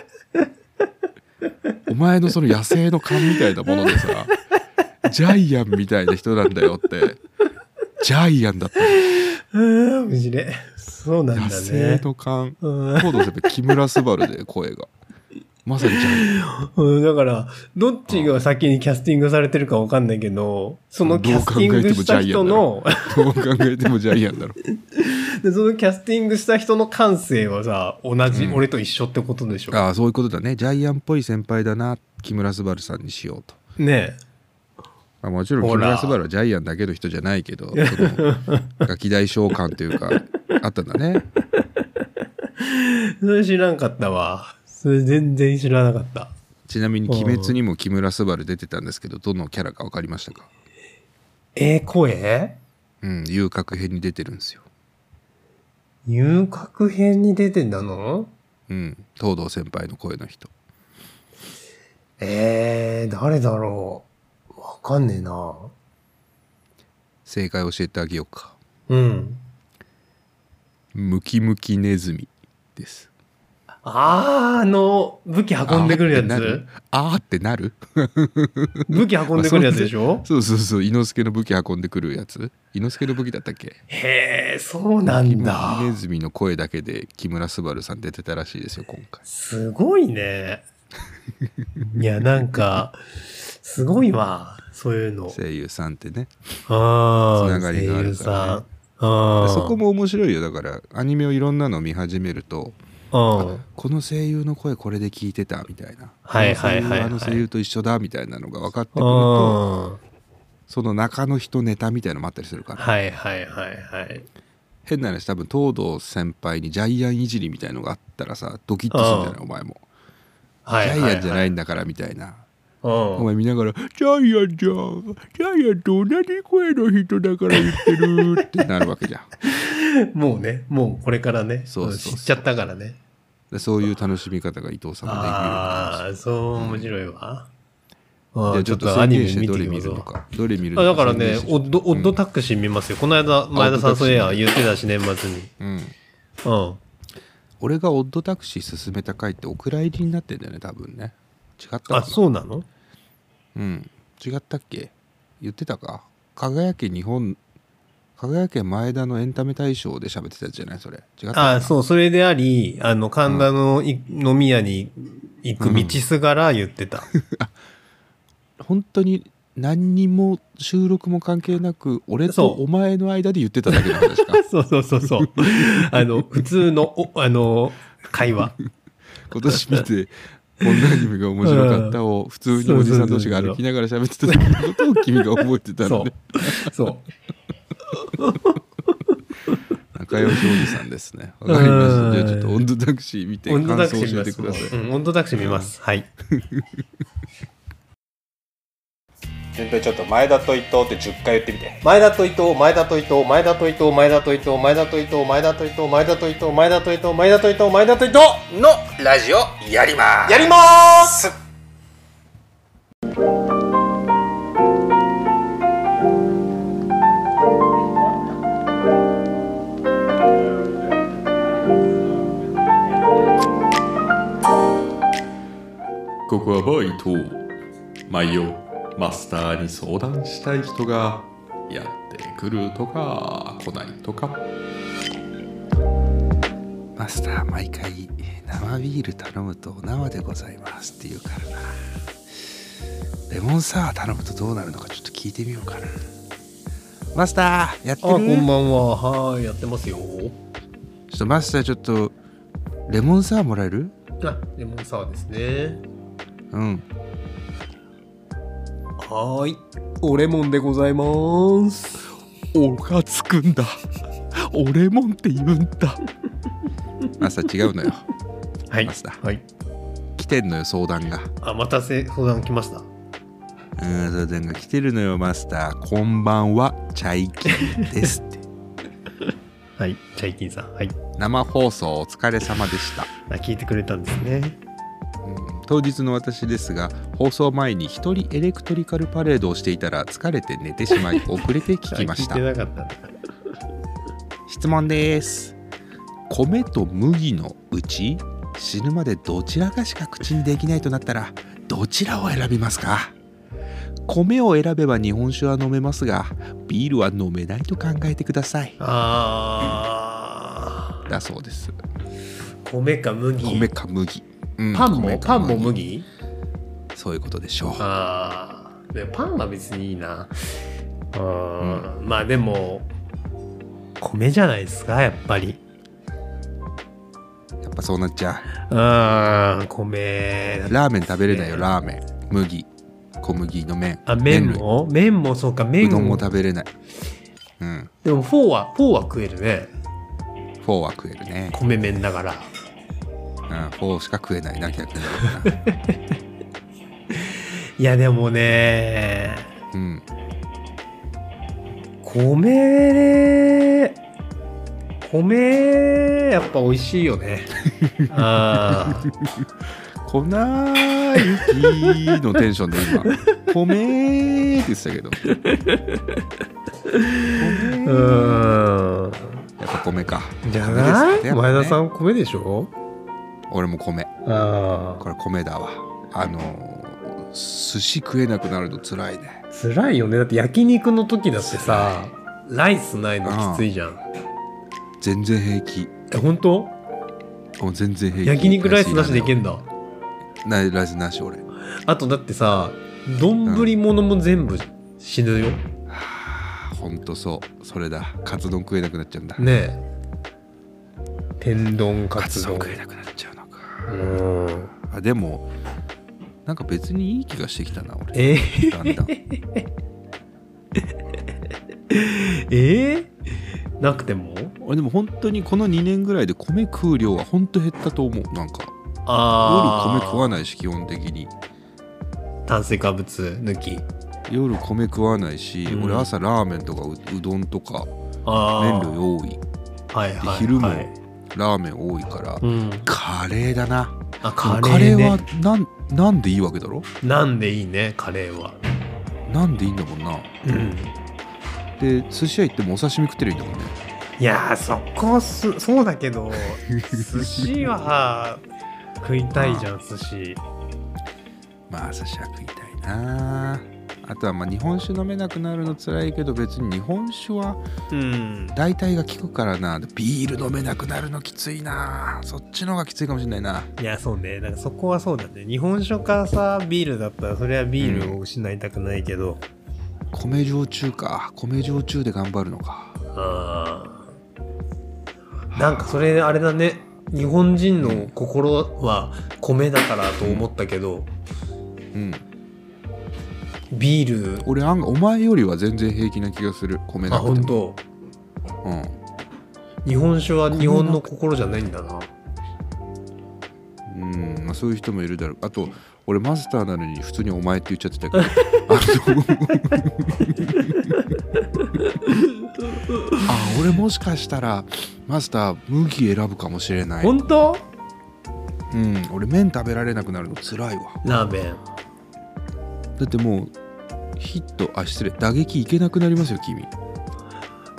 Speaker 1: お前のその野生の勘みたいなものでさ、ジャイアンみたいな人なんだよって、ジャイアンだったの
Speaker 2: うん、無事ね。そうなん
Speaker 1: 野
Speaker 2: だ
Speaker 1: 生
Speaker 2: ね。
Speaker 1: の勘。
Speaker 2: うん
Speaker 1: コード先輩、木村昴で声が。まさにジャイアン。
Speaker 2: うん、だから、どっちが先にキャスティングされてるかわかんないけど、そのキャスティングした人の、
Speaker 1: どう考えてもジャイアンだろ。
Speaker 2: で *laughs* そのキャスティングした人の感性はさ、同じ、
Speaker 1: うん
Speaker 2: 俺と一緒ってことでしょ。
Speaker 1: ああ、そういうことだね。ジャイアンっぽい先輩だな、木村昴さんにしようと。
Speaker 2: ね
Speaker 1: まあ、もちろん木
Speaker 2: ほら
Speaker 1: 村昴はジャイアンだけの人じゃないけどそのガキ大召喚という
Speaker 2: *laughs*
Speaker 1: かあったんだね
Speaker 2: え。それ知らんかったわ。それ全然知らなかった。
Speaker 1: ちなみに「鬼滅」にも木村昴出てたんですけどどのキャラか分かりましたか
Speaker 2: えー、声
Speaker 1: うん遊郭編に出てるんですよ
Speaker 2: 遊郭編に出てんだの
Speaker 1: うん東堂先輩の声の人
Speaker 2: えー、誰だろう。わかんねえな。
Speaker 1: 正解教えてあげようか
Speaker 2: うん。
Speaker 1: ムキムキネズミです
Speaker 2: あー、あの、武器運んでくるやつ
Speaker 1: あーってなる
Speaker 2: 武器運んでくるやつでしょ
Speaker 1: そうそうそう伊之助の武器運んでくるやつ伊之助の武器だったっけ
Speaker 2: へえ、そうなんだ
Speaker 1: キ。ネズミの声だけで木村昴さん出てたらしいですよ今回
Speaker 2: すごいね。いや、なんか、すごいわ。そういうの。
Speaker 1: 声優さんってね
Speaker 2: ああ、
Speaker 1: つながりがある
Speaker 2: 声優さ
Speaker 1: からね
Speaker 2: ん。ああ。
Speaker 1: そこも面白いよだからアニメをいろんなの見始めると
Speaker 2: も。
Speaker 1: この声優の声これで聞いてたみたいな
Speaker 2: はいはいはいはい
Speaker 1: あの声優あの声優と一緒だみたいなのが分かってく
Speaker 2: う
Speaker 1: る
Speaker 2: ん。
Speaker 1: と
Speaker 2: は
Speaker 1: その中の人ネタみたいのもあったりするから
Speaker 2: いはいはいはい。
Speaker 1: 変な話多分東堂先輩にジャイアンいじりみたいのがあったらさドキッとするんじゃないお前もジ
Speaker 2: はいはい、はい。。
Speaker 1: ャイアンじゃないいんだからみたいな
Speaker 2: う
Speaker 1: お
Speaker 2: ん。
Speaker 1: 前見ながら「ジャイアンじゃんジャイアンと同じ声の人だから言ってる」ってなるわけじゃん
Speaker 2: もうね、もうこれからね、
Speaker 1: そうそうそう
Speaker 2: うん知っちゃったからね。
Speaker 1: でそういう楽しみ方が伊藤さんもできるようになりま
Speaker 2: ああ、そう面白いわ。あ
Speaker 1: じゃ
Speaker 2: ー
Speaker 1: あちょっと
Speaker 2: ア
Speaker 1: 宣
Speaker 2: ニメ
Speaker 1: 言して
Speaker 2: 見
Speaker 1: ど
Speaker 2: て
Speaker 1: れ
Speaker 2: み
Speaker 1: 見
Speaker 2: る
Speaker 1: るの
Speaker 2: わ。
Speaker 1: かどれ見るの
Speaker 2: あ
Speaker 1: か
Speaker 2: だからね
Speaker 1: 宣言して
Speaker 2: オッド、オッドタックシン見ますよ。この間、前田さんそういや言ってたし、年末に。
Speaker 1: うん
Speaker 2: うん。
Speaker 1: 俺がオッドタクシー勧めた回ってお蔵入りになってんだよね多分ね違ったかな
Speaker 2: あ、そうなの
Speaker 1: うん違ったっけ言ってたか輝け日本輝け前田のエンタメ大賞で喋ってたやつじゃないそれ違ったか
Speaker 2: あそう、それであり、あの、神田のい、飲み屋に行く道すがら言
Speaker 1: *laughs*
Speaker 2: ってた。
Speaker 1: 本当に何にも収録も関係なく俺と
Speaker 2: そう
Speaker 1: お前の間で言ってただけの
Speaker 2: *laughs*
Speaker 1: 話か
Speaker 2: そうそうそうそう。あの、普通の、おあの、会話。
Speaker 1: 今年見てこんなアニメが面白かったを普通におじさん同士が歩きながら喋ってただけのことを君が覚えてた
Speaker 2: そ
Speaker 1: の
Speaker 2: う
Speaker 1: ね。
Speaker 2: そう。
Speaker 1: 仲良しおじさんですねわかりましたじゃあちょっと
Speaker 2: うん
Speaker 1: オンドタクシー見て
Speaker 2: 温度
Speaker 1: 感
Speaker 2: タクシ
Speaker 1: 想教
Speaker 2: ー
Speaker 1: えて
Speaker 2: 見
Speaker 1: く
Speaker 2: ま
Speaker 1: ださい
Speaker 2: す。うん、温度タクシー見ます。はい。
Speaker 4: 順当にちょっと前田と伊藤って10回言ってみて
Speaker 2: 前田と伊藤、前田と伊藤、前田と伊藤、前田と伊藤、前田と伊藤、前田と伊藤、前田と伊藤、前田と伊藤、前田と伊藤、前田と伊藤、
Speaker 4: のラジオやります
Speaker 2: やります
Speaker 5: ここはバイト毎夜マスターに相談したい人がやってくるとか来ないとか
Speaker 1: マスター毎回生ビール頼むと生でございますって言うからなレモンサワー頼むとどうなるのかちょっと聞いてみようかなマスターやって
Speaker 2: あ、こ
Speaker 1: る
Speaker 2: んばんは。はーい、やってますよ。
Speaker 1: ちょっとマスターちょっとレモンサワーもらえる
Speaker 2: あ、レモンサワーですね。
Speaker 1: うん
Speaker 2: はーい。おレモンでございます。
Speaker 1: おがつくんだおレモンって言うんだマスター違うのよ
Speaker 2: はい
Speaker 1: マスター
Speaker 2: はい。
Speaker 1: 来てんのよ相談が
Speaker 2: あ、またせ相談来ました。
Speaker 1: うん相談が来てるのよマスターこんばんはチャイキンです
Speaker 2: *laughs*
Speaker 1: って
Speaker 2: はい。チャイキンさん。はい。
Speaker 1: 生放送お疲れ様でした
Speaker 2: あ、聞いてくれたんですね。
Speaker 1: 当日の私ですが放送前に一人エレクトリカルパレードをしていたら疲れて寝てしまい遅れて聞きまし
Speaker 2: あ
Speaker 1: た
Speaker 2: 聞いてなかった。
Speaker 1: 質問です米と麦のうち死ぬまでどちらかしか口にできないとなったらどちらを選びますか米を選べば日本酒は飲めますがビールは飲めないと考えてください
Speaker 2: あ
Speaker 1: だそうです
Speaker 2: ー。米か麦。
Speaker 1: 米か麦、うん
Speaker 2: パン
Speaker 1: 米
Speaker 2: も
Speaker 1: か
Speaker 2: パンも麦
Speaker 1: そういうことでしょう
Speaker 2: ああ。でもパンは別にいいな。うん。まあでも、米じゃないですか、やっぱり。
Speaker 1: やっぱそうなっちゃう
Speaker 2: うん、米。
Speaker 1: ラーメン食べれないよ、ラーメン。麦、小麦の麺。
Speaker 2: あ、麺
Speaker 1: 類
Speaker 2: も麺もそうか、麺
Speaker 1: うどんも食べれない。うん。
Speaker 2: でもフォーは、フォーは食えるね。
Speaker 1: フォーは食えるね。
Speaker 2: 米麺だから。
Speaker 1: うん、フォーしか食えないな、逆にな。
Speaker 2: いや、でもね、
Speaker 1: うん。
Speaker 2: 米、米、やっぱ美味しいよ *laughs* ね。ああ。
Speaker 1: 粉雪のテンションで *laughs* 今、米って言ってたけど。
Speaker 2: うーん。
Speaker 1: やっぱ米か。
Speaker 2: じゃ
Speaker 1: 米ですか
Speaker 2: な
Speaker 1: ね
Speaker 2: い前田さ
Speaker 1: ん。
Speaker 2: ん米でしょ
Speaker 1: 俺も米
Speaker 2: あ
Speaker 1: これ米だわあのー寿司食えなくなると辛いね
Speaker 2: あ。辛いよね。だって焼肉の時だってさ、ライスないのきついじゃん。
Speaker 1: 全然平気
Speaker 2: え、本当
Speaker 1: もう全然平気
Speaker 2: 焼肉ライスなしでいけ
Speaker 1: ん
Speaker 2: んだ。
Speaker 1: なライスなし俺
Speaker 2: あとだってさ、丼物も全部死ぬよ。
Speaker 1: はあほんとそうそれだカツ丼食えなくなっちゃうんだ、
Speaker 2: ねえ。天丼カ
Speaker 1: カ
Speaker 2: ツ
Speaker 1: ツ丼
Speaker 2: 丼。
Speaker 1: 食えなくなっちゃうのか
Speaker 2: うん。
Speaker 1: あでもなんか別にいい気がしてきたな俺
Speaker 2: え
Speaker 1: だんだん
Speaker 2: ええーなくても
Speaker 1: 俺でも本当にこの2年ぐらいで米食う量は本当減ったと思うなんか
Speaker 2: あ
Speaker 1: 夜
Speaker 2: あ。
Speaker 1: 米食わないし基本的に
Speaker 2: 炭水化物抜き。
Speaker 1: 夜米食わないし、
Speaker 2: うん
Speaker 1: 俺朝ラーメンとかううどんとか
Speaker 2: ああ。
Speaker 1: 麺類多い
Speaker 2: はいはい、はい。
Speaker 1: で昼もラーメン多いから、
Speaker 2: うん。
Speaker 1: カレーだなで
Speaker 2: あ、
Speaker 1: も
Speaker 2: カレー、ね。
Speaker 1: カレーはなんなんでいいわけだろ
Speaker 2: なんでいいね、カレーは。
Speaker 1: なんでいいんだもんな
Speaker 2: うん。
Speaker 1: で寿司屋行ってもお刺身食ってるんだもんね
Speaker 2: いやー、そこす、そうだけ
Speaker 1: *laughs*
Speaker 2: ど、寿司は食いたいじゃん、寿司。
Speaker 1: まあ寿司は食いたいなあとはまあ日本酒飲めなくなるの辛いけど別に日本酒は
Speaker 2: うん。
Speaker 1: 大体が効くからなビール飲めなくなるのきついなそっちの方がきついかもしれないない
Speaker 2: や、そうね。なんかそこはそうだね。日本酒かさ、ビールだったら、それはビールを失いたくないけど。
Speaker 1: 米焼酎か米焼酎で頑張るのか
Speaker 2: あーなんかそれ、あれだね。日本人の心は米だからと思ったけど、
Speaker 1: うん
Speaker 2: ビール、
Speaker 1: 俺案外お前よりは全然平気な気がする米
Speaker 2: あ、
Speaker 1: なくて
Speaker 2: 本
Speaker 1: も
Speaker 2: 当
Speaker 1: うん
Speaker 2: 日本酒は日本の心じゃないんだな。
Speaker 1: うんまあ、そういう人もいるだろうあと俺マスターなのに普通にお前って言っちゃってた
Speaker 2: *laughs*
Speaker 1: けどあのあ俺もしかしたらマスター麦選ぶかもしれない、
Speaker 2: 本当
Speaker 1: うん、俺麺食べられなくなるの辛いわ
Speaker 2: ラーメン。
Speaker 1: だってもうヒットあ失礼打撃いけなくなりますよ君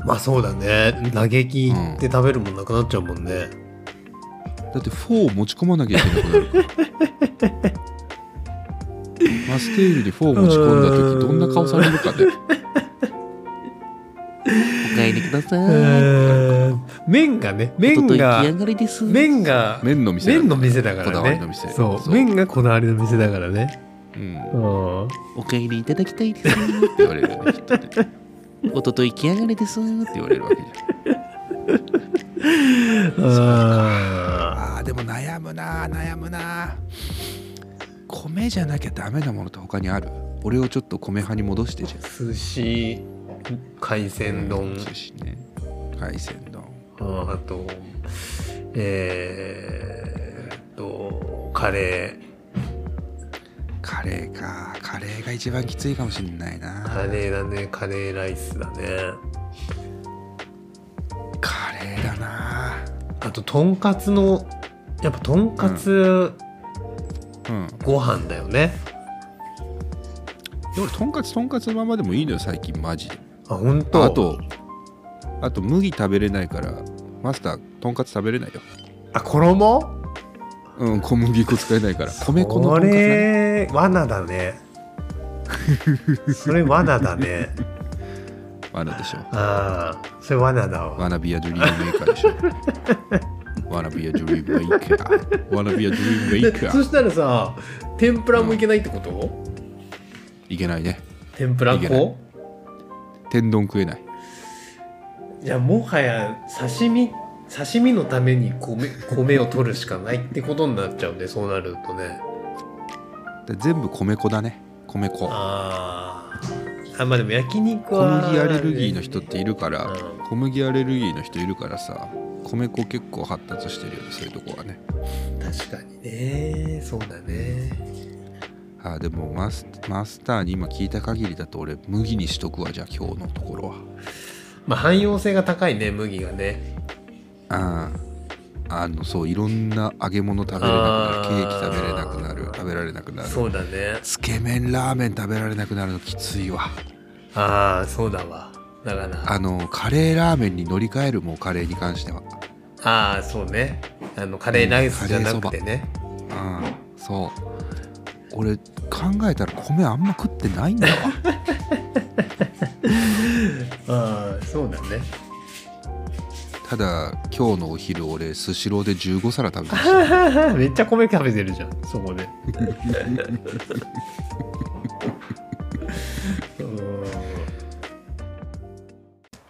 Speaker 2: まあそうだね。打撃って食べるもんなくなっちゃうもんね。
Speaker 1: だってフォーを持ち込まなきゃいけなくなるから
Speaker 2: *laughs*
Speaker 1: マステールにフォー持ち込んだ時どんな顔されるかねお帰りくださ
Speaker 2: えー麺がね、麺が、麺が、
Speaker 1: 麺の店
Speaker 2: 麺の店だからね。
Speaker 1: こだわりの店
Speaker 2: そう
Speaker 1: そう
Speaker 2: 麺がこだわりの店だからね。
Speaker 1: うんって
Speaker 2: うん。
Speaker 6: お帰りいただきたいです。
Speaker 1: 言われるよねきっとねって
Speaker 6: おととい来やがれです。
Speaker 1: 言われるわけじゃん
Speaker 2: あ
Speaker 1: あーでも悩むな悩むな米じゃなきゃダメなものって他にある俺をちょっと米派に戻してじゃん
Speaker 2: ー寿司、海鮮丼、
Speaker 1: 寿司ね海鮮丼
Speaker 2: うんあと、えーっと、カレー。
Speaker 1: カレーかカレーが一番きついかもしんないな
Speaker 2: カレーだね、カレーライスだね。
Speaker 1: カレーだな
Speaker 2: あと、とんかつの、やっぱとんかつ
Speaker 1: うん
Speaker 2: ご飯だよね。
Speaker 1: 俺とんかつとんかつのままでもいいのよ最近マジで
Speaker 2: あ、本当。
Speaker 1: あとあと麦食べれないからマスターとんかつ食べれないよ
Speaker 2: あ、衣
Speaker 1: うん小麦粉使えないから米粉のと
Speaker 2: こ
Speaker 1: んかつだね
Speaker 2: れ、罠だね。それ罠だね。
Speaker 1: 罠でしょ
Speaker 2: ああ、それ罠だわ。
Speaker 1: ワナビアドリームメーカーでしょ *laughs* ワナビアドリームメーカーワナビアドリームメーカ
Speaker 2: そ
Speaker 1: ー
Speaker 2: したらさ、天ぷらもいけないってこと、
Speaker 1: いけないね
Speaker 2: 天ぷら
Speaker 1: いけない
Speaker 2: 粉
Speaker 1: 天丼食えない
Speaker 2: いや、もはや刺身、刺身のために米米を取るしかないってことになっちゃうね、そうなるとね。
Speaker 1: で全部米粉だね米粉
Speaker 2: あーあ、まあでも焼肉
Speaker 1: 小
Speaker 2: は。
Speaker 1: 麦アレルギーの人っているから、
Speaker 2: うん
Speaker 1: 小麦アレルギーの人いるからさ米粉結構発達してるよねそういうとこはね
Speaker 2: 確かにね、そうだね。
Speaker 1: あーでもマスマスターに今聞いた限りだと俺麦にしとくわじゃあ今日のところは
Speaker 2: まあ汎用性が高いね、麦がね。
Speaker 1: あーあのそういろんな揚げ物食べれなくなるケーキ食べれなくなる
Speaker 2: あー
Speaker 1: 食べられなくなる
Speaker 2: そうだね。
Speaker 1: つけ麺ラーメン食べられなくなるのきついわ
Speaker 2: ああ、そうだわ。だから。
Speaker 1: あのカレーラーメンに乗り換えるもうカレーに関しては
Speaker 2: ああ、そうね。あの、カレーライスじゃなくてね。
Speaker 1: うんそう俺考えたら米あんま食ってないんだわ
Speaker 2: *laughs* ああ、そうだね。
Speaker 1: ただ今日のお昼俺スシローで15皿食べました
Speaker 2: *laughs* めっちゃ米食べてるじゃん、そこで。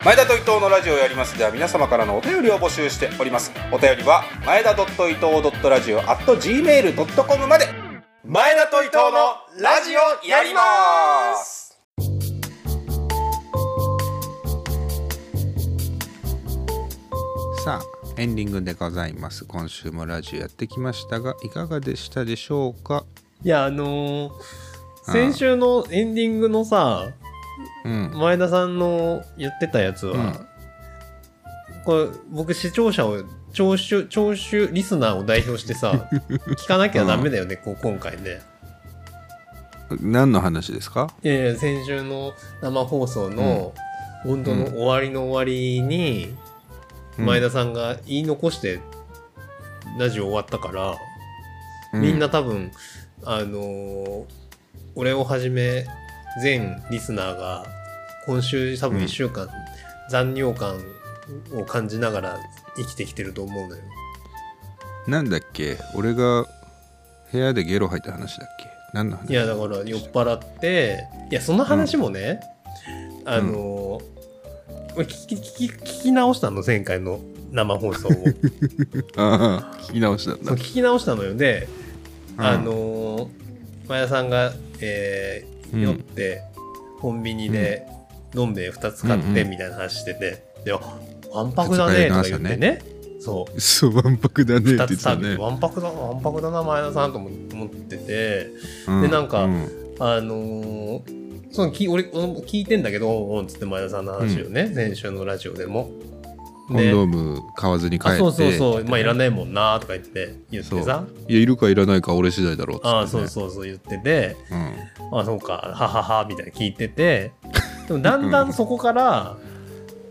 Speaker 4: 前田と伊藤のラジオをやりますでは皆様からのお便りを募集しておりますお便りは前田伊藤ラジオ at gmail.com まで前田と伊藤のラジオやります
Speaker 1: さあエンディングでございます今週もラジオやってきましたがいかがでしたでしょうか
Speaker 2: いや、あのー先週のエンディングのさ、
Speaker 1: うん
Speaker 2: 前田さんの言ってたやつは、これ僕視聴者を聴取聴取リスナーを代表してさ聞かなきゃダメだよね、こう今回ね
Speaker 1: 何の話ですか
Speaker 2: いやいや先週の生放送の、本当の終わりの終わりに、
Speaker 1: うん
Speaker 2: 前田さんが言い残してラジオ終わったから、みんな多分あのー俺をはじめ全リスナーが今週多分1週間、残尿感を感じながら生きてきてると思うのよ
Speaker 1: なんだっけ俺が部屋でゲロ吐いた話だっけ何の話
Speaker 2: いやだから酔っ払っていやその話もね、あのー俺聞き聞き聞き直したの前回の生
Speaker 1: *laughs*
Speaker 2: 放送を
Speaker 1: ああ聞き直したん
Speaker 2: そ
Speaker 1: だ
Speaker 2: う聞き直したのよで、
Speaker 1: うん
Speaker 2: あのー前田さんが、えー
Speaker 1: うん
Speaker 2: 酔ってコンビニで飲んで2つ買っ
Speaker 1: うん
Speaker 2: て
Speaker 1: うん
Speaker 2: みたいな話してて「でわんぱくだね」とか言ってねそう
Speaker 1: そうわんぱくだねって言
Speaker 2: 2
Speaker 1: って
Speaker 2: つ
Speaker 1: た
Speaker 2: 食べ
Speaker 1: ね
Speaker 2: て「わんぱくだわんぱくだな前田さん」と思っててでなんか
Speaker 1: うん
Speaker 2: あのーそのき俺俺も聞いてんだけど「おんおん」っつって前田さんの話をね、先週のラジオでも。
Speaker 1: コンドーム買わずに帰っ
Speaker 2: あ
Speaker 1: て
Speaker 2: そうそうそう、まあいらないもんなとか言って言って
Speaker 1: そ
Speaker 2: さ
Speaker 1: ういやいるかいらないか俺次第だろうっつってね
Speaker 2: ああそうそうそう言ってて
Speaker 1: うん
Speaker 2: あそうかはははみたいな聞いててでもだんだんそこから、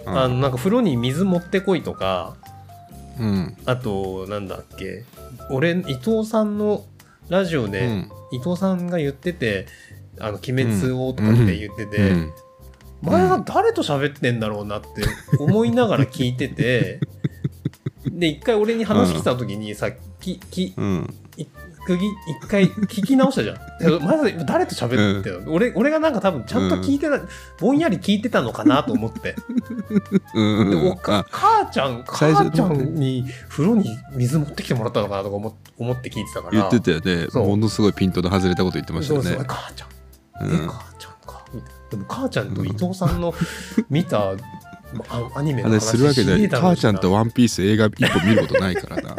Speaker 1: うん
Speaker 2: あのなんか風呂に水持ってこいとか
Speaker 1: うん
Speaker 2: あとなんだっけ俺伊藤さんのラジオで、
Speaker 1: うん
Speaker 2: 伊藤さんが言ってて「あの鬼滅を」とかって言ってて、
Speaker 1: うん
Speaker 2: 前は誰と喋ってんだろうなって思いながら聞いて
Speaker 1: *laughs*
Speaker 2: てで一回俺に話来た時にさ、きき
Speaker 1: うん
Speaker 2: 一釘一回聞き直したじゃ *laughs* ん。まず誰と喋ってたの、俺俺がなんか多分ちゃんと聞いてない、ぼんやり聞いてたのかなと思って。
Speaker 1: うん
Speaker 2: で
Speaker 1: うん
Speaker 2: お
Speaker 1: あ
Speaker 2: か *laughs* 母ちゃん、
Speaker 1: 最初
Speaker 2: 母ちゃんに風呂に水持ってきてもらったのかなとか思っ思って聞いてたから。
Speaker 1: 言ってたよね
Speaker 2: そう
Speaker 1: ものすごいピントの外れたこと言ってました
Speaker 2: そ
Speaker 1: よ
Speaker 2: うそう
Speaker 1: ね
Speaker 2: え母ちゃん、
Speaker 1: う
Speaker 2: え、
Speaker 1: ん
Speaker 2: 母ちゃんか。みたいなでも母ちゃんと伊藤さんの
Speaker 1: *laughs*
Speaker 2: 見たあアニメの
Speaker 1: 話
Speaker 2: 話
Speaker 1: するわけ
Speaker 2: しね
Speaker 1: で
Speaker 2: えだろう
Speaker 1: 母
Speaker 2: し
Speaker 1: ちゃんとワンピース映画一本見ることないからな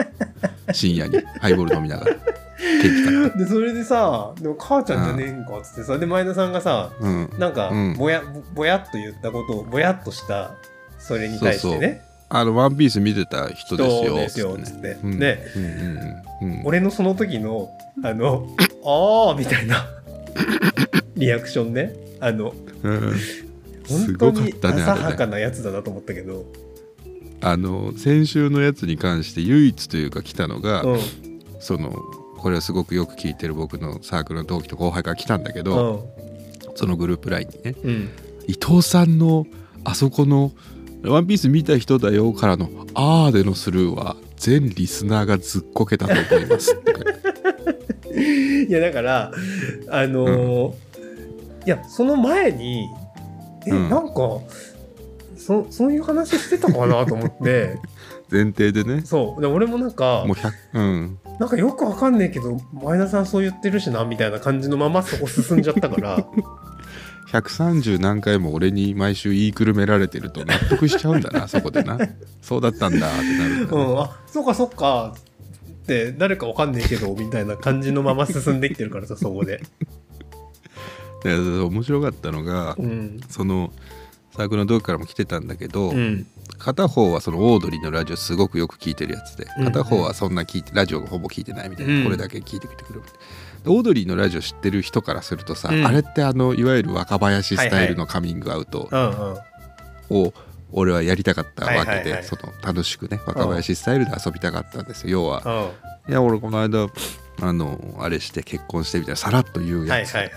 Speaker 1: 深夜にハイボール飲みながらケーキ買って
Speaker 2: *laughs* で、それでさ、でも母ちゃんじゃねえんかっつってさ、で、前田さんがさ、
Speaker 1: うん
Speaker 2: なんか
Speaker 1: うん
Speaker 2: ぼや、ぼぼやっと言ったことをぼやっとしたそれに対してね
Speaker 1: あの、ワンピース見てた人ですよ。
Speaker 2: どうですよっ
Speaker 1: つ
Speaker 2: つ
Speaker 1: っ
Speaker 2: ってて、
Speaker 1: ね
Speaker 2: で
Speaker 1: うんうんうんうん
Speaker 2: 俺のその時のあの「ああ」みたいな *laughs* リアクションねあの
Speaker 1: うんすご
Speaker 2: 本当
Speaker 1: かっ
Speaker 2: に
Speaker 1: たね、
Speaker 2: 浅
Speaker 1: あ
Speaker 2: は
Speaker 1: れね
Speaker 2: かなやつだなと思ったけど、
Speaker 1: あの、先週のやつに関して唯一というか来たのが、
Speaker 2: うん
Speaker 1: その、これはすごくよく聞いてる僕のサークルの同期と後輩から来たんだけ
Speaker 2: う
Speaker 1: ど、
Speaker 2: ん
Speaker 1: そのグループラインにね、
Speaker 2: うん
Speaker 1: 伊藤さんのあそこの、ワンピース見た人だよからの、あーでのスルーは、全リスナーがずっこけたと思いますって書い
Speaker 2: *laughs*
Speaker 1: てある。
Speaker 2: いやだからあのーいやその前にえ、
Speaker 1: うん
Speaker 2: なんかそそういう話してたかなと思って
Speaker 1: *laughs* 前提でね、
Speaker 2: そうで俺もなんか
Speaker 1: もう100、うん。
Speaker 2: なんかよくわかんねえけど、前田さんそう言ってるしな、みたいな感じのままそこ進んじゃったから、
Speaker 1: *laughs* 130何回も俺に毎週言いくるめられてると納得しちゃうんだなそこでなそうだったんだってなるんだ
Speaker 2: う
Speaker 1: ね、
Speaker 2: ん、あ、そっかそっか、って、誰かわかんねえけど、みたいな感じのまま進んできてるからさ、そこで。
Speaker 1: で面白かったのが
Speaker 2: うん。
Speaker 1: そのサークルの同期からも来てたんだけど、
Speaker 2: うん。
Speaker 1: 片方はそのオードリーのラジオすごくよく聞いてるやつで
Speaker 2: うん
Speaker 1: 片方はそんな聞いてラジオほぼ聞いてないみたいな、
Speaker 2: うん
Speaker 1: これだけ聞いてみてくれみたいなでオードリーのラジオ知ってる人からするとさ、
Speaker 2: うん
Speaker 1: あれってあのいわゆる若林スタイルのカミングアウト
Speaker 2: うんうん。
Speaker 1: を俺はやりたかったわけで、
Speaker 2: はいはいはい
Speaker 1: その楽しくね若林スタイルで遊びたかったんですよ要は
Speaker 2: はい
Speaker 1: や俺この間あのあれして結婚してみたいなさらっと言う
Speaker 2: いは
Speaker 1: や
Speaker 2: い
Speaker 1: つ、
Speaker 2: はいはい。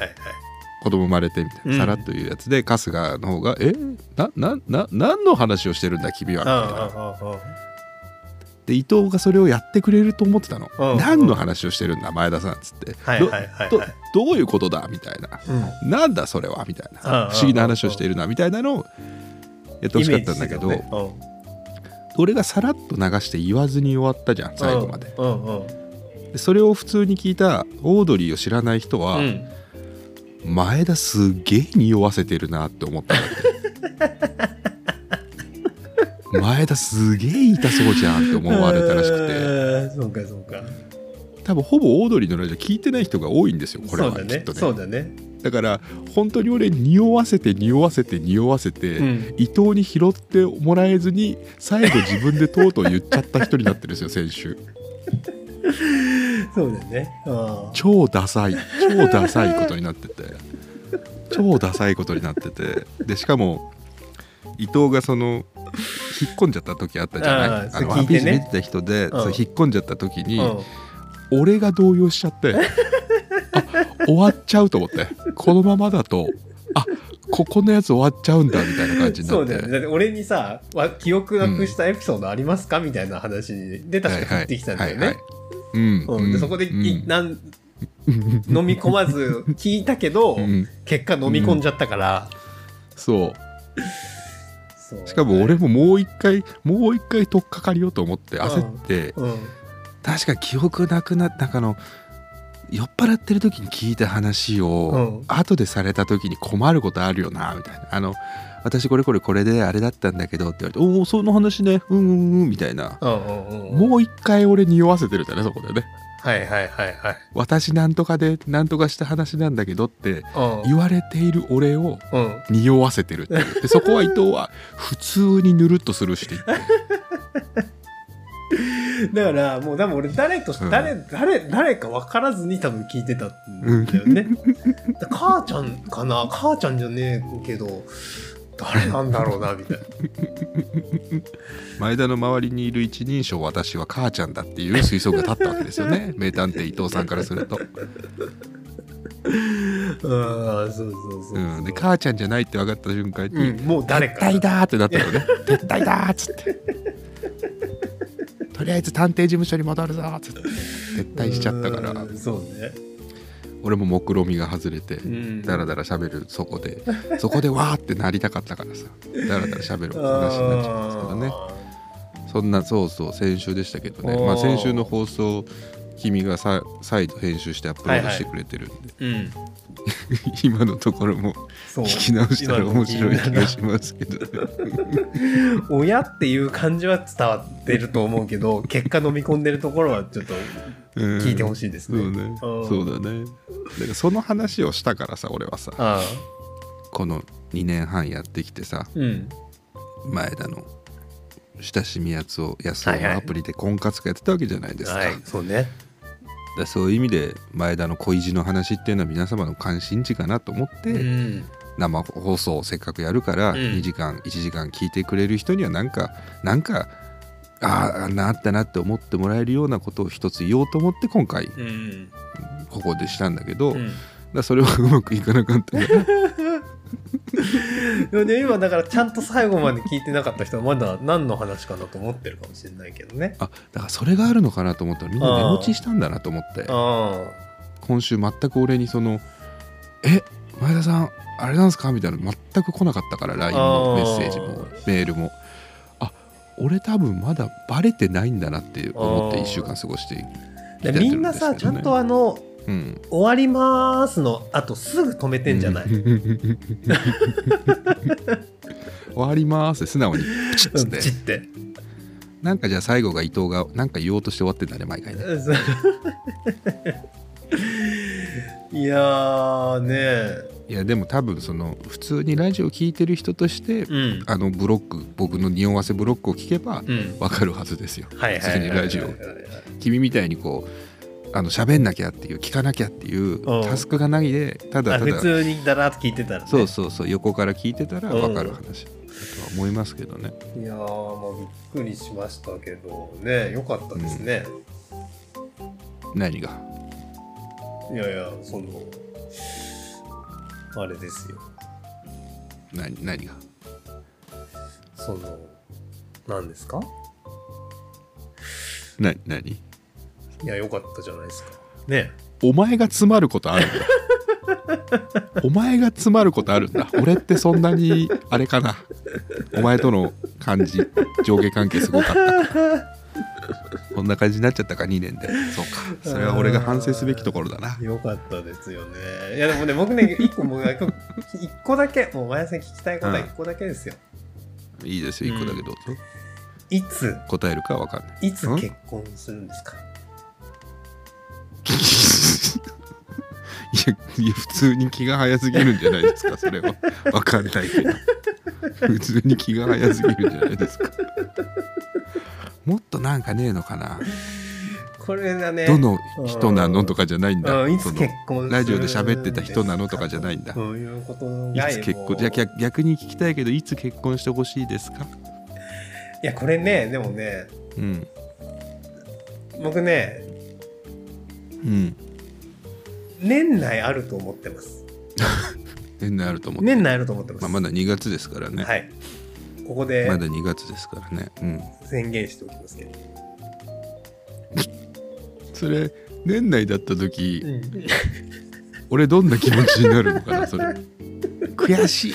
Speaker 1: 子供生まれてみたいな、
Speaker 2: うん
Speaker 1: さらっと言うやつで春日の方が「えななな何の話をしてるんだ君は」み
Speaker 2: うん
Speaker 1: たいな
Speaker 2: うんうんうん。
Speaker 1: で伊藤がそれをやってくれると思ってたの、
Speaker 2: うん
Speaker 1: 何の話をしてるんだ前田さんっつって、
Speaker 2: はいはいはい
Speaker 1: ど
Speaker 2: はい
Speaker 1: どどういうことだみたいな、なんだそれはみたいな、
Speaker 2: うん
Speaker 1: 不思議な話をしているなみたいなのをやってほしかったんだけど、
Speaker 2: イメージしてたよね
Speaker 1: 俺がさらっと流して言わずに終わったじゃん最後まで,、
Speaker 2: うんうんうん。
Speaker 1: でそれを普通に聞いたオードリーを知らない人は、
Speaker 2: うん
Speaker 1: 前田すげえ匂わせてるなって思ったんだって前田すげえ痛そうじゃんって思われたらしくて。
Speaker 2: て。そうかそうか。
Speaker 1: 多分ほぼオードリーのラジオ聞いてない人が多いんですよこれは
Speaker 2: そうだ
Speaker 1: きっ
Speaker 2: ね
Speaker 1: と。ね
Speaker 2: そうだね。
Speaker 1: だから本当に俺匂わせて匂わせて匂わせて、
Speaker 2: うん
Speaker 1: 伊藤に拾ってもらえずに最後自分でとうとう言っちゃった人になってるんですよ先週
Speaker 2: そうだね。あ
Speaker 1: 超ダサい超ダサいことになってて超ダサいことになっててでしかも伊藤がその引っ込んじゃった時あったじゃない
Speaker 2: あ
Speaker 1: あ
Speaker 2: ーそれ
Speaker 1: のワ
Speaker 2: 聞
Speaker 1: ン
Speaker 2: い
Speaker 1: ピー
Speaker 2: て
Speaker 1: ス
Speaker 2: ね
Speaker 1: 見てた人で、
Speaker 2: うん
Speaker 1: そう引っ込んじゃった時に、
Speaker 2: ー
Speaker 1: 俺が動揺しちゃってあ終わっちゃうと思ってこのままだとあここのやつ終わっちゃうんだみたいな感
Speaker 2: う
Speaker 1: じ
Speaker 2: ん。
Speaker 1: に
Speaker 2: そ
Speaker 1: な
Speaker 2: う
Speaker 1: っ
Speaker 2: だ
Speaker 1: て
Speaker 2: よね。だって俺にさ、わ記憶なくしたエピソードありますかみたいな話で確か振ってきたんだ
Speaker 1: は
Speaker 2: よ
Speaker 1: い
Speaker 2: ね
Speaker 1: はい。うん
Speaker 2: う
Speaker 1: うんん
Speaker 2: でそこでい
Speaker 1: うん
Speaker 2: なん飲み込まず聞いたけ
Speaker 1: *laughs*
Speaker 2: ど
Speaker 1: うん
Speaker 2: 結果飲み込んじゃったから。
Speaker 1: そ
Speaker 2: そう
Speaker 1: うしかも俺ももう一回もう一回取っかかりようと思って焦って
Speaker 2: うん
Speaker 1: 確か記憶なくなったかの酔っ払ってる時に聞いた話を
Speaker 2: うん
Speaker 1: 後でされた時に困ることあるよなみたいなあの私これこれこれであれだったんだけどって言われて「おおその話ねうんうんうん」みたいな
Speaker 2: うんうんうん。
Speaker 1: もう一回俺匂わせてるじゃねそこでね
Speaker 2: はいはいはいはい。
Speaker 1: 私なんとかでなんとかした話なんだけどって
Speaker 2: う
Speaker 1: 言われている俺を
Speaker 2: ん。うん。
Speaker 1: 匂わせてるっていうでそこは伊藤は普通にぬるっとスルーしていって
Speaker 2: だからもう多分俺誰とし、
Speaker 1: うん
Speaker 2: 誰誰誰か分からずに多分聞いてたんだ
Speaker 1: *laughs*
Speaker 2: よね。だ母ちゃんかな母ちゃんじゃねえけど誰なんだろうなみたいな。
Speaker 1: 前田の周りにいる一人称私は母ちゃんだっていう推測が立ったわけですよ *laughs* ね名探偵伊藤さんからすると、
Speaker 2: うんそうそうそうそう。
Speaker 1: うん、で母ちゃんじゃないって分かった瞬間に「
Speaker 2: うんもう誰
Speaker 1: 撤
Speaker 2: か。
Speaker 1: 退だ!」ってなった *laughs* のね「撤退だ!」っつって「とりあえず探偵事務所に戻るぞ!」っつって撤退しちゃったから
Speaker 2: うんそうね。
Speaker 1: 俺も目論みが外れて
Speaker 2: ん
Speaker 1: ダラダラ喋るそこでそこでわーってなりたかったからさダラダラ喋る話になっちゃうんですけどねそんなそうそう先週でしたけどね
Speaker 2: おー
Speaker 1: まあ先週の放送君がさ再度編集してアップロードしてくれてるんで、
Speaker 2: *laughs* あー。うん。
Speaker 1: 今のところも
Speaker 2: そう。
Speaker 1: 聞き直したら面白い気
Speaker 2: 今の
Speaker 1: がしますけどね
Speaker 2: 親っていう感じは伝わってると思うけ
Speaker 1: *laughs*
Speaker 2: ど、結果飲み込んでるところはちょっと
Speaker 1: うん
Speaker 2: 聞いてほしいです
Speaker 1: そ
Speaker 2: ね。
Speaker 1: うね
Speaker 2: ん
Speaker 1: そうだねだからその話をしたからさ俺はさ
Speaker 2: ああ。
Speaker 1: この2年半やってきてさ
Speaker 2: うん。
Speaker 1: 前田の親しみやつをやすお
Speaker 2: はいは
Speaker 1: の
Speaker 2: い
Speaker 1: アプリで婚活がやってたわけじゃないですか,、
Speaker 2: はい、そうね。
Speaker 1: だそういう意味で前田の恋路の話っていうのは皆様の関心事かなと思って、
Speaker 2: うん。
Speaker 1: 生放送をせっかくやるから
Speaker 2: ん
Speaker 1: 2時間、1時間聞いてくれる人にはなんかなんかあーあんなあったなって思ってもらえるようなことを一つ言おうと思って今回
Speaker 2: うん。
Speaker 1: ここでしたんだけど、
Speaker 2: うん
Speaker 1: だからそれはうまくいかなかった
Speaker 2: *laughs*
Speaker 1: から
Speaker 2: でもね今だからちゃんと最後まで聞いてなかった人はまだ何の話かなと思ってるかもしれないけどね。
Speaker 1: あだからそれがあるのかなと思ったらみんな寝落ちしたんだなと思って。
Speaker 2: あ
Speaker 1: 今週全く俺にその「え前田さんあれなんですか?」みたいなの全く来なかったから LINE のメッセージもメールもあ俺多分まだバレてないんだなって思って
Speaker 2: あー
Speaker 1: 1週間過ごしてき
Speaker 2: あ。
Speaker 1: て
Speaker 2: で
Speaker 1: るですけど
Speaker 2: み
Speaker 1: ね
Speaker 2: んなさ、ちゃんとあの、
Speaker 1: うん
Speaker 2: 終わりまーすの後すぐ止めてんじゃない、
Speaker 1: 終わりますって素直にプチッつっ
Speaker 2: うん、ちってて。
Speaker 1: なんかじゃあ最後が伊藤がなんか言おうとして終わってんだね毎回ね
Speaker 2: うんそう *laughs* いやーね
Speaker 1: いやでも多分その普通にラジオ聞いてる人として
Speaker 2: うん。
Speaker 1: あのブロック僕の匂わせブロックを聞けば
Speaker 2: うん。
Speaker 1: わかるはずですよ
Speaker 2: はいはいはいはいはい。
Speaker 1: 普通にラジオ君みたいにこうあの喋んなきゃっていう聞かなきゃっていう
Speaker 2: うん
Speaker 1: タスクがないでただ
Speaker 2: あ
Speaker 1: た
Speaker 2: 普
Speaker 1: だ
Speaker 2: 通にだらーっと聞いてたら、ね。
Speaker 1: そうそうそう横から聞いてたら分かる話、とは思いますけどね
Speaker 2: いやー、まあ、びっくりしましたけどね、よかったですね。
Speaker 1: 何が
Speaker 2: いやいや、その、あれですよ。
Speaker 1: 何何が
Speaker 2: その、何ですか
Speaker 1: な何
Speaker 2: いや、よかったじゃないですか。ね。
Speaker 1: お前が詰まることあるんだ
Speaker 2: *laughs*
Speaker 1: お前が詰まることあるんだ俺ってそんなにあれかなお前との感じ上下関係すごかっ
Speaker 2: *laughs*
Speaker 1: たこんな感じになっちゃったか2年でそうかそれは俺が反省すべきところだな
Speaker 2: よかったですよね。いや、でもね、
Speaker 1: *laughs*
Speaker 2: 僕ね、一個もう、一個だけ、もう、前さん聞きたいことは一個だけですよ。
Speaker 1: いいですよ1個だけどうぞ、
Speaker 2: いつ、
Speaker 1: 答えるかわかんない *laughs*
Speaker 2: いつ
Speaker 1: うん
Speaker 2: 結婚するんですか
Speaker 1: いやいや普通に気が早すぎるんじゃないですかそれはわかんないけど普通に気が早すぎるんじゃないですかもっとなんかねえのかな
Speaker 2: これだね。
Speaker 1: どの人なのとかじゃないんだ
Speaker 2: うんい
Speaker 1: そ
Speaker 2: つ
Speaker 1: の
Speaker 2: 結婚するんですか
Speaker 1: ラジオで喋ってた人なのとかじゃないんだ
Speaker 2: そういうこと
Speaker 1: い
Speaker 2: が
Speaker 1: つ結
Speaker 2: も
Speaker 1: 婚
Speaker 2: う
Speaker 1: じゃあ逆逆に聞きたいけどいつ結婚してほしいですか
Speaker 2: いやこれねでもね
Speaker 1: うん
Speaker 2: 僕ね
Speaker 1: うん
Speaker 2: 年内あると思ってます
Speaker 1: 年内あると思って、
Speaker 2: 年内あると思ってます、
Speaker 1: まあ、まだ2月ですからね、
Speaker 2: はいここで
Speaker 1: まだ2月ですからねうん
Speaker 2: 宣言しておきますけど、
Speaker 1: それ年内だった時
Speaker 2: うん
Speaker 1: 俺どんな気持ちになるのかなそれ悔しい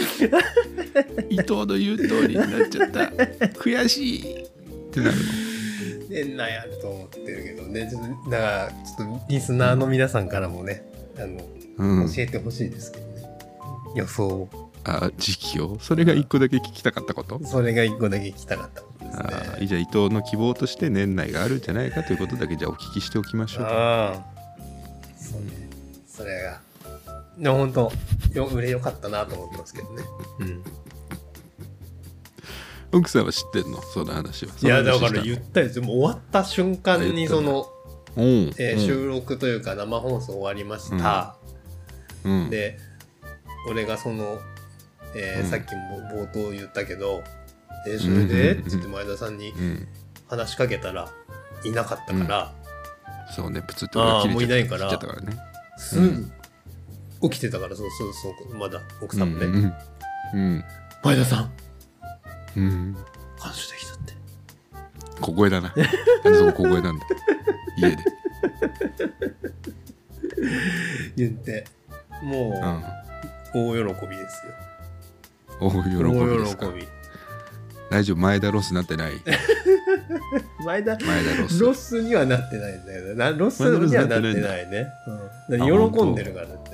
Speaker 1: 伊藤の言う通りになっちゃった悔しいってなる
Speaker 2: 年内あると思ってるけどねちょっとだからちょっとリスナーの皆さんからもねあの、
Speaker 1: の、うん
Speaker 2: 教、えてほしいですけどね予想を
Speaker 1: あ時期をそれが一個だけ聞きたかったこと
Speaker 2: それが一個だけ聞きたかったことです
Speaker 1: あ
Speaker 2: ね
Speaker 1: ーじゃあ伊藤の希望として年内があるんじゃないかということだけじゃあお聞きしておきましょう
Speaker 2: ああそうねそれがでも本当よ売れよかったなと思ってますけどね、うん、
Speaker 1: 奥さんは知ってんのその話はい
Speaker 2: やだから
Speaker 1: う
Speaker 2: 言ったよもう終わった瞬間に
Speaker 1: あ言った
Speaker 2: そ
Speaker 1: んだ
Speaker 2: の、
Speaker 1: うん、
Speaker 2: えー収録というか生放送終わりました、
Speaker 1: うん、
Speaker 2: で俺がその、えー
Speaker 1: うん
Speaker 2: さっきも冒頭言ったけど「えーそれで?」
Speaker 1: うんうんうん
Speaker 2: って言って前田さんに
Speaker 1: うん、
Speaker 2: 話しかけたらいなかったから、
Speaker 1: そうねプツッと俺が切れちゃった
Speaker 2: あーもういないから
Speaker 1: 切っちゃったからね
Speaker 2: すぐ起きてたからそうそうそうまだ奥さんもね、
Speaker 1: うん
Speaker 2: 前田さん
Speaker 1: うん、うん
Speaker 2: 彼女できたって
Speaker 1: 小声 *laughs* だな。なんでそこ小声なんだ。家で。
Speaker 2: 言っても
Speaker 1: うん。
Speaker 2: う大喜びですよ
Speaker 1: 大喜びです
Speaker 2: 大
Speaker 1: か
Speaker 2: 喜。び
Speaker 1: 大丈夫、前田ロスなってない。
Speaker 2: 前
Speaker 1: 前
Speaker 2: 田
Speaker 1: 田ロス。
Speaker 2: ロスにはなってないんだけどなロス
Speaker 1: 前田ロス
Speaker 2: に
Speaker 1: に
Speaker 2: は
Speaker 1: はな
Speaker 2: なっ
Speaker 1: ってて
Speaker 2: な
Speaker 1: ない
Speaker 2: ね、
Speaker 1: んだ
Speaker 2: うん、喜んでるからだって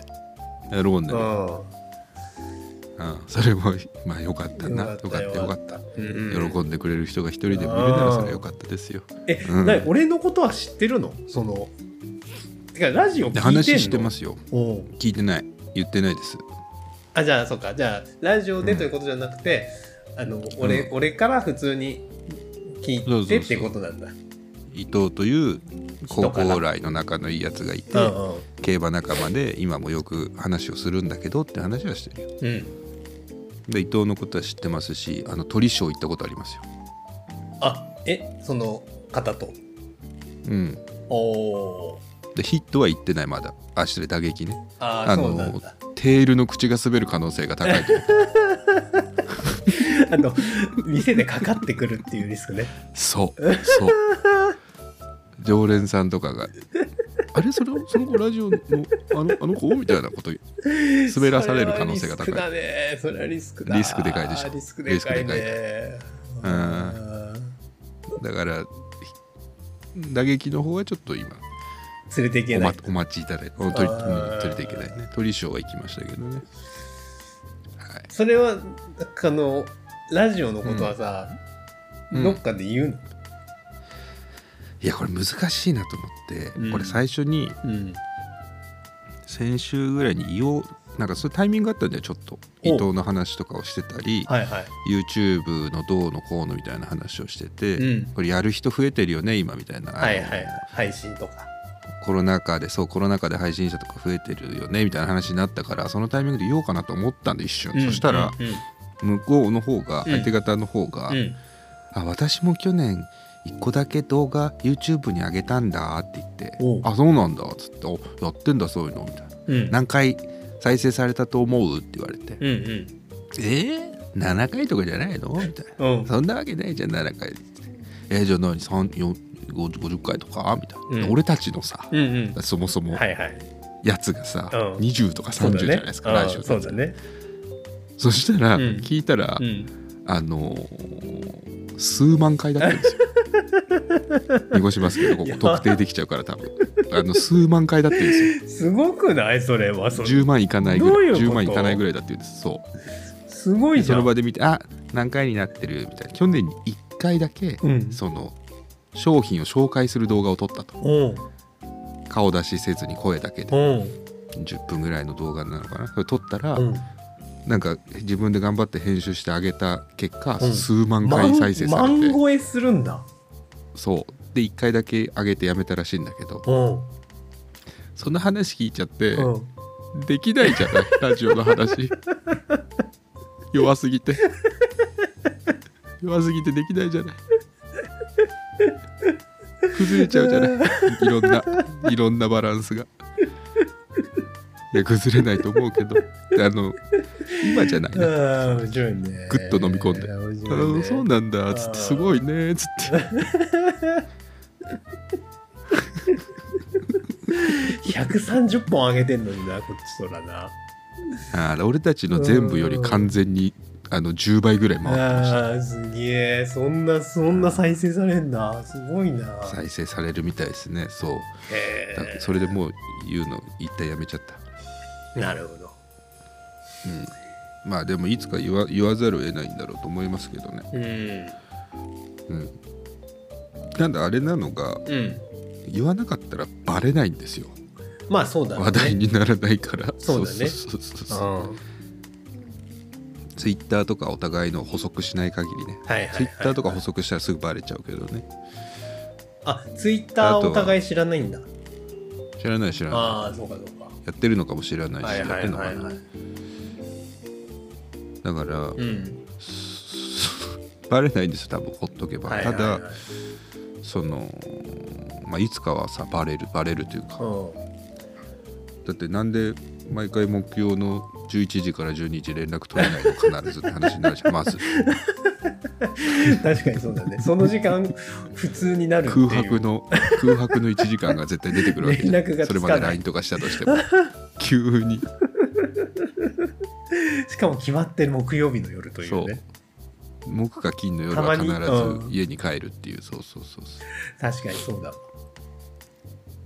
Speaker 1: やろうね。
Speaker 2: う
Speaker 1: うんん。それも、まあよかったな。
Speaker 2: よ
Speaker 1: よ
Speaker 2: か
Speaker 1: かった
Speaker 2: っ
Speaker 1: た、
Speaker 2: よ
Speaker 1: よ
Speaker 2: か
Speaker 1: か
Speaker 2: っ
Speaker 1: ったた。
Speaker 2: うん
Speaker 1: 喜んでくれる人が一人でもいるならそれはよかったですよ。
Speaker 2: え、
Speaker 1: うん
Speaker 2: なに俺のことは知ってるのそのてかラジオ聞い
Speaker 1: で
Speaker 2: てんの
Speaker 1: 話してますすよ。
Speaker 2: うん
Speaker 1: 聞いてない。言ってないです。
Speaker 2: あじゃあそうかじゃあラジオでということじゃなくて、あの俺,、
Speaker 1: う
Speaker 2: 俺から普通に聞いてってことなんだ
Speaker 1: 伊藤という高校来の仲のいいやつがいて、
Speaker 2: うん
Speaker 1: 競馬仲間で今もよく話をするんだけどって話はしてるよ。
Speaker 2: うんうん
Speaker 1: で伊藤のことは知ってますし、あの鳥ショー行ったことありますよ。
Speaker 2: あえその方と
Speaker 1: うん。
Speaker 2: おお
Speaker 1: でヒットは行ってないまだあ失礼打撃ね
Speaker 2: ああ
Speaker 1: あ
Speaker 2: そうなん
Speaker 1: の
Speaker 2: だ *laughs*
Speaker 1: テールの口が滑る可能性が *laughs* 高いと
Speaker 2: あの店でかかってくるっていうリスクね
Speaker 1: そうそう常連さんとかが「あれそれその子ラジオのあのあの子?」みたいなこと滑らされる可能性が高
Speaker 2: それはいリスクだねそれはリスクだ
Speaker 1: リスクでかいでしょ
Speaker 2: リスクでかいね
Speaker 1: リスクかい
Speaker 2: うん
Speaker 1: だから打撃の方はちょっと今
Speaker 2: 連れていけ
Speaker 1: お,、
Speaker 2: ない
Speaker 1: ま、お待ちいただいて鳥
Speaker 2: あー
Speaker 1: 取りていけないね鳥賞は行きましたけどねはい
Speaker 2: それはあのラジオのことはさ、
Speaker 1: うん
Speaker 2: どっかで言うの
Speaker 1: いやこれ難しいなと思って、
Speaker 2: うん
Speaker 1: これ最初に
Speaker 2: うん
Speaker 1: 先週ぐらいに言おうなんかそういうタイミングがあったんだよちょっと伊
Speaker 2: お
Speaker 1: 藤の話とかをしてたり、
Speaker 2: はいはい
Speaker 1: YouTube のどうのこうのみたいな話をしてて、
Speaker 2: うん
Speaker 1: これやる人増えてるよね今みたいな、
Speaker 2: はいはい配信とか
Speaker 1: コロナ禍でそうコロナ禍で配信者とか増えてるよねみたいな話になったからそのタイミングで言おうかなと思ったんで一瞬、そしたら
Speaker 2: うんうん
Speaker 1: 向こうの方が
Speaker 2: うん
Speaker 1: 相手方の方が、
Speaker 2: うん
Speaker 1: あ私も去年一個だけ動画 YouTube に上げたんだって言って
Speaker 2: おう
Speaker 1: あそうなんだっつっておやってんだそういうのみたいな
Speaker 2: うん
Speaker 1: 何回再生されたと思うって言われて
Speaker 2: うんうん
Speaker 1: えー、7回とかじゃないのみたいな
Speaker 2: うん
Speaker 1: そんなわけないじゃん7回ってえー、じゃあ何3 4 50 50回とかみたいな、
Speaker 2: うん
Speaker 1: 俺たちのさ、
Speaker 2: うんうん
Speaker 1: そもそも
Speaker 2: はいはい
Speaker 1: やつがさ、
Speaker 2: うん
Speaker 1: 20とか
Speaker 2: そう
Speaker 1: 30
Speaker 2: だ
Speaker 1: じ
Speaker 2: ね
Speaker 1: ゃないですか、
Speaker 2: あ
Speaker 1: 来週
Speaker 2: ー
Speaker 1: の
Speaker 2: そうだね
Speaker 1: そしたら、
Speaker 2: うん
Speaker 1: 聞いたら、
Speaker 2: うん
Speaker 1: あのー数万回だったんですよ
Speaker 2: *laughs*
Speaker 1: 濁しますけどここ特定できちゃうから多分あの数万回だってんですよ
Speaker 2: すごくないそれはそれ
Speaker 1: 10万いかないぐらい
Speaker 2: どういうこと
Speaker 1: 10万いかないぐらいだって言うんですそう
Speaker 2: すごいじ
Speaker 1: そ
Speaker 2: ゃ
Speaker 1: の
Speaker 2: ん
Speaker 1: 場で見てあ何回になってるみたいな去年に1回だけ、
Speaker 2: うん
Speaker 1: その商品を紹介する動画を撮ったと
Speaker 2: おう
Speaker 1: 顔出しせずに声だけで
Speaker 2: おう
Speaker 1: 10分ぐらいの動画なのかなそれ撮ったら、
Speaker 2: うん
Speaker 1: なんか自分で頑張って編集してあげた結果、
Speaker 2: うん
Speaker 1: 数万回再生され
Speaker 2: 万
Speaker 1: て
Speaker 2: 万超えするんだ
Speaker 1: そうで1回だけ上げてやめたらしいんだけど
Speaker 2: おう
Speaker 1: その話聞いちゃって、
Speaker 2: うん
Speaker 1: できないじゃ
Speaker 2: *laughs*
Speaker 1: ないラジオの話弱すぎて弱すぎてできないじゃない崩れちゃうじゃないいろんないろんなバランスがいや崩れないと思うけどあの今じゃないな
Speaker 2: ああ面白いね
Speaker 1: *laughs* ぐっと飲み込んで
Speaker 2: 面
Speaker 1: あ
Speaker 2: 白い
Speaker 1: の
Speaker 2: ね
Speaker 1: そうなんだつって
Speaker 2: あー
Speaker 1: すごいねつって
Speaker 2: 130本あげてんのになこっちとらな
Speaker 1: あー俺たちの全部より完全にあの10倍ぐらい回ってました
Speaker 2: あーすげえそんなそんな再生されんだすごいな
Speaker 1: 再生されるみたいですねそう
Speaker 2: へ
Speaker 1: だそれでもう言うの一旦やめちゃった
Speaker 2: えなるほど
Speaker 1: まあでもいつか言わ言わざるを得ないんだろうと思いますけどね、
Speaker 2: うん
Speaker 1: うん、なんだあれなのが
Speaker 2: うん
Speaker 1: 言わなかったらバレないんですよ
Speaker 2: まあそうだね
Speaker 1: *laughs* 話題にならないから
Speaker 2: そうだね
Speaker 1: そうそうそう
Speaker 2: う
Speaker 1: そうん
Speaker 2: は
Speaker 1: ツイッターとかお互いの補足しない限りね
Speaker 2: いはい、はい、
Speaker 1: ツイッターとか補足したらすぐバレちゃうけどね
Speaker 2: あツイッター
Speaker 1: あとは
Speaker 2: お互い知らないんだ
Speaker 1: 知らない知らな
Speaker 2: ああそうかそうか
Speaker 1: いやってるのかもしれないし、
Speaker 2: はい
Speaker 1: やっ
Speaker 2: は
Speaker 1: て
Speaker 2: い
Speaker 1: るのか
Speaker 2: はい
Speaker 1: な、
Speaker 2: はい
Speaker 1: だから、
Speaker 2: うん
Speaker 1: バレないんですよ多分ほっとけば、
Speaker 2: はいはいはい
Speaker 1: ただその、まあ、いつかはさバレるバレるというか、
Speaker 2: うん *laughs*
Speaker 1: だってなんで毎回目標の11時から12時連絡取れないの必ずって話になるじゃんまず
Speaker 2: 確かにそうだねその時間普通になるってい
Speaker 1: 空
Speaker 2: う
Speaker 1: 白の空白の1時間が絶対出てくるわけじゃん
Speaker 2: 連絡がつ
Speaker 1: そ
Speaker 2: か
Speaker 1: れま
Speaker 2: ない
Speaker 1: で LINE とかしたとして
Speaker 2: *laughs*
Speaker 1: も急に
Speaker 2: しかも決まってる木曜日の夜とい
Speaker 1: そう
Speaker 2: うね
Speaker 1: 木か金の夜
Speaker 2: たま
Speaker 1: は
Speaker 2: に
Speaker 1: 必
Speaker 2: う
Speaker 1: ず
Speaker 2: ん
Speaker 1: 家に帰るっていうそうそうそうそう
Speaker 2: 確かにそうだわ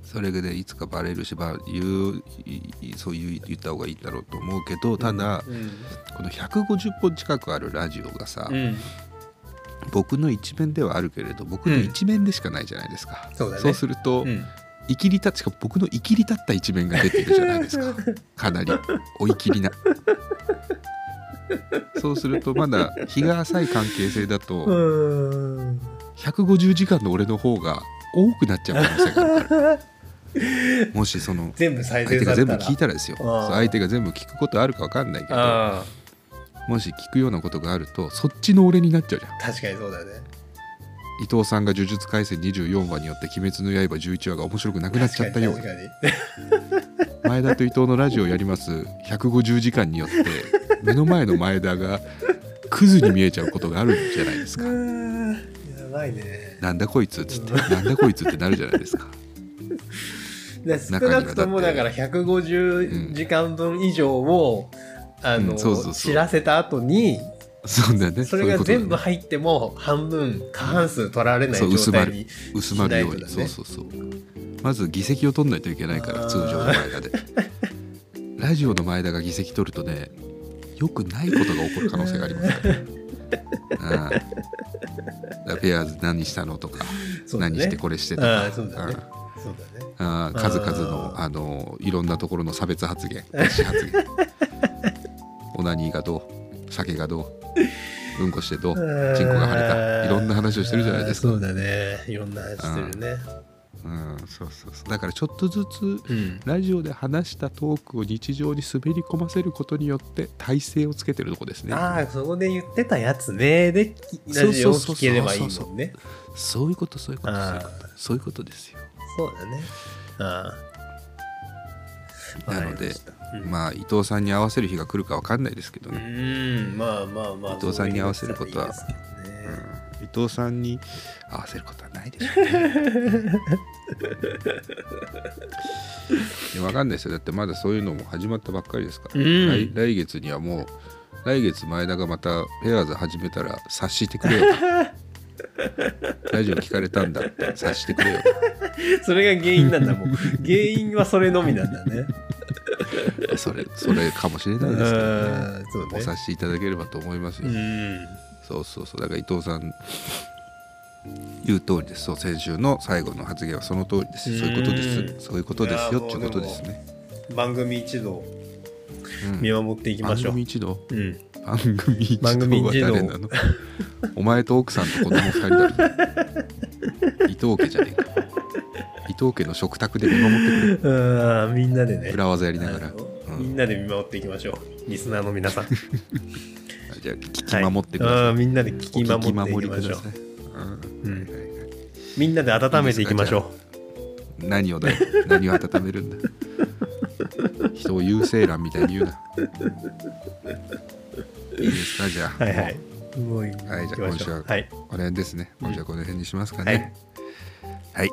Speaker 1: それでいつかバレるしば言ういいそう言う言った方がいいんだろうと思うけどただ、
Speaker 2: うん
Speaker 1: この150本近くあるラジオがさ、
Speaker 2: うん
Speaker 1: 僕の一面ではあるけれど僕の一面でしかないじゃないですか、
Speaker 2: そうだね
Speaker 1: すると、
Speaker 2: うん
Speaker 1: 生きりたしかも僕の生きり立った一面が出てるじゃないですかかなり追い切りなそうするとまだ日が浅い関係性だ
Speaker 2: う
Speaker 1: と
Speaker 2: ーん
Speaker 1: 150時間の俺の方が多くなっちゃう可能性があるからもしその
Speaker 2: 全部再
Speaker 1: 相
Speaker 2: 生
Speaker 1: 手が
Speaker 2: され
Speaker 1: 全
Speaker 2: た
Speaker 1: 部
Speaker 2: ら
Speaker 1: 聞いたらですよ
Speaker 2: あ
Speaker 1: そう
Speaker 2: ー
Speaker 1: 相手が全部聞くことあるか分かんないけど
Speaker 2: あ
Speaker 1: もし聞くようなことがあるとそっちの俺になっちゃうじゃん
Speaker 2: あ確かにそうだね
Speaker 1: 伊藤さんが「呪術廻戦24話」によって「鬼滅の刃」11話が面白くなくなっちゃったよう
Speaker 2: 確かに確か
Speaker 1: 前田と伊藤のラジオやります150時間によって目の前の前田がクズに見えちゃうことがあるじゃないです
Speaker 2: に
Speaker 1: か
Speaker 2: うーんやばいね
Speaker 1: なんだこいつっつってなんだこいつってなるじゃないですか中にはだ
Speaker 2: で少な
Speaker 1: って
Speaker 2: くともだから150時間分以上を、あ
Speaker 1: う
Speaker 2: の
Speaker 1: んそうそうそう
Speaker 2: 知らせた後に
Speaker 1: そうだね
Speaker 2: それが
Speaker 1: そういう
Speaker 2: 全
Speaker 1: こと
Speaker 2: 部
Speaker 1: だね
Speaker 2: 入っても半分過半数取られない
Speaker 1: そう薄
Speaker 2: 状
Speaker 1: ま
Speaker 2: 態
Speaker 1: る
Speaker 2: に
Speaker 1: 薄まるように、
Speaker 2: しな
Speaker 1: そう
Speaker 2: いと
Speaker 1: そうそうまず議席を取んないといけないから
Speaker 2: あー
Speaker 1: 通常の前田でラジオの前田が議席取るとねよくないことが起こる可能性があります
Speaker 2: *laughs*
Speaker 1: から、ね、うんだからペアーズ何したのとか、
Speaker 2: そうだね
Speaker 1: 何してこれしてとか
Speaker 2: あーそうだね
Speaker 1: ん
Speaker 2: そうだね
Speaker 1: あー数々の
Speaker 2: あー
Speaker 1: あのいろんなところの差別発言蔑視発
Speaker 2: *laughs*
Speaker 1: 言オナニーがどう酒がどううんこしてどうチンコが腫れたいろんな話をしてるじゃないですか
Speaker 2: あーそうだねいろんな話してるね
Speaker 1: うん、そうそうそうだからちょっとずつ
Speaker 2: うん。
Speaker 1: ラジオで話したトークを日常に滑り込ませることによって体勢をつけてるとこですね
Speaker 2: ああ、そこで言ってたやつね。で、きラジオを聞ければいいもんね。
Speaker 1: そういうことそういうことそういう
Speaker 2: あ
Speaker 1: こ
Speaker 2: あ、
Speaker 1: とそういうことですよ
Speaker 2: そうだね。ああ。
Speaker 1: なので
Speaker 2: うん
Speaker 1: まあ伊藤さんに合わせる日が来るかわかんないですけど
Speaker 2: う
Speaker 1: ね、
Speaker 2: ん、まあまあまあ。
Speaker 1: 伊藤さんに合わせることは
Speaker 2: そういうのやってたらいいですけどね
Speaker 1: 伊藤さんに合わせることはないでしょうね
Speaker 2: *laughs*
Speaker 1: いやわかんないですよだってまだそういうのも始まったばっかりですから、
Speaker 2: うん
Speaker 1: 来来月にはもう来月前田がまたペアーズ始めたら察してくれ
Speaker 2: *laughs*
Speaker 1: よラジオ聞かれたんだって察してくれよ
Speaker 2: それが原因なんだ
Speaker 1: *laughs*
Speaker 2: もん。原因はそれのみなんだね。
Speaker 1: それそれかもしれ
Speaker 2: う
Speaker 1: ないですけどね
Speaker 2: ん、そう
Speaker 1: お
Speaker 2: ね。
Speaker 1: 察しいただければと思いますよ、
Speaker 2: うん。
Speaker 1: そうそうそうだから伊藤さん言う通りですそう先週の最後の発言はその通りですそういうこと
Speaker 2: うん
Speaker 1: ですそういうことですよっていうことですね
Speaker 2: 番組一同
Speaker 1: うん
Speaker 2: 見守っていきま
Speaker 1: 番
Speaker 2: しょう
Speaker 1: 組。一同
Speaker 2: うん。
Speaker 1: 番組一
Speaker 2: 番組
Speaker 1: 同
Speaker 2: 一
Speaker 1: は
Speaker 2: 同
Speaker 1: 誰なのお前と奥さんと子供二人だろ伊藤家じゃねえか伊藤家の食卓で見守ってくれ
Speaker 2: うん、みんなでね。
Speaker 1: 裏技やりながら、
Speaker 2: あの
Speaker 1: う
Speaker 2: み
Speaker 1: ん
Speaker 2: んなで見守っていきましょう。リスナーの皆さん。
Speaker 1: じゃあ聞き守ってください、
Speaker 2: はいうんみんなで聞
Speaker 1: お
Speaker 2: き
Speaker 1: 聞き
Speaker 2: 守って
Speaker 1: 守
Speaker 2: いき
Speaker 1: り
Speaker 2: ま
Speaker 1: く
Speaker 2: しょ
Speaker 1: だ
Speaker 2: う
Speaker 1: さ。い、うん
Speaker 2: う
Speaker 1: は
Speaker 2: ん
Speaker 1: いはいはい
Speaker 2: みんなで温めていきましょ
Speaker 1: 何をだよ何を温めるんだ人を優勢欄みたいに言うないいですかじゃ
Speaker 2: う。
Speaker 1: あ、
Speaker 2: はいはい。もう行き
Speaker 1: はいじゃあ
Speaker 2: まし
Speaker 1: 今
Speaker 2: ょ
Speaker 1: 週は
Speaker 2: う。はい。
Speaker 1: この辺ですね今週はこの辺にしますかね、はい、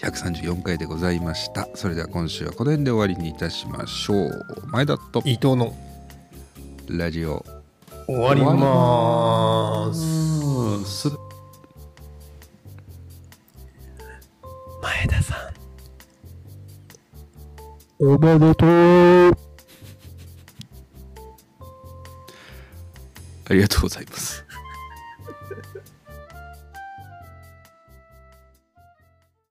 Speaker 1: 134回でございましたそれでは今週はこの辺で終わりにいたしましょう前田と
Speaker 2: 伊藤の
Speaker 1: ラジオ
Speaker 2: 終わりまーす。
Speaker 5: うんす
Speaker 2: 前田さん。
Speaker 1: ありがとうございます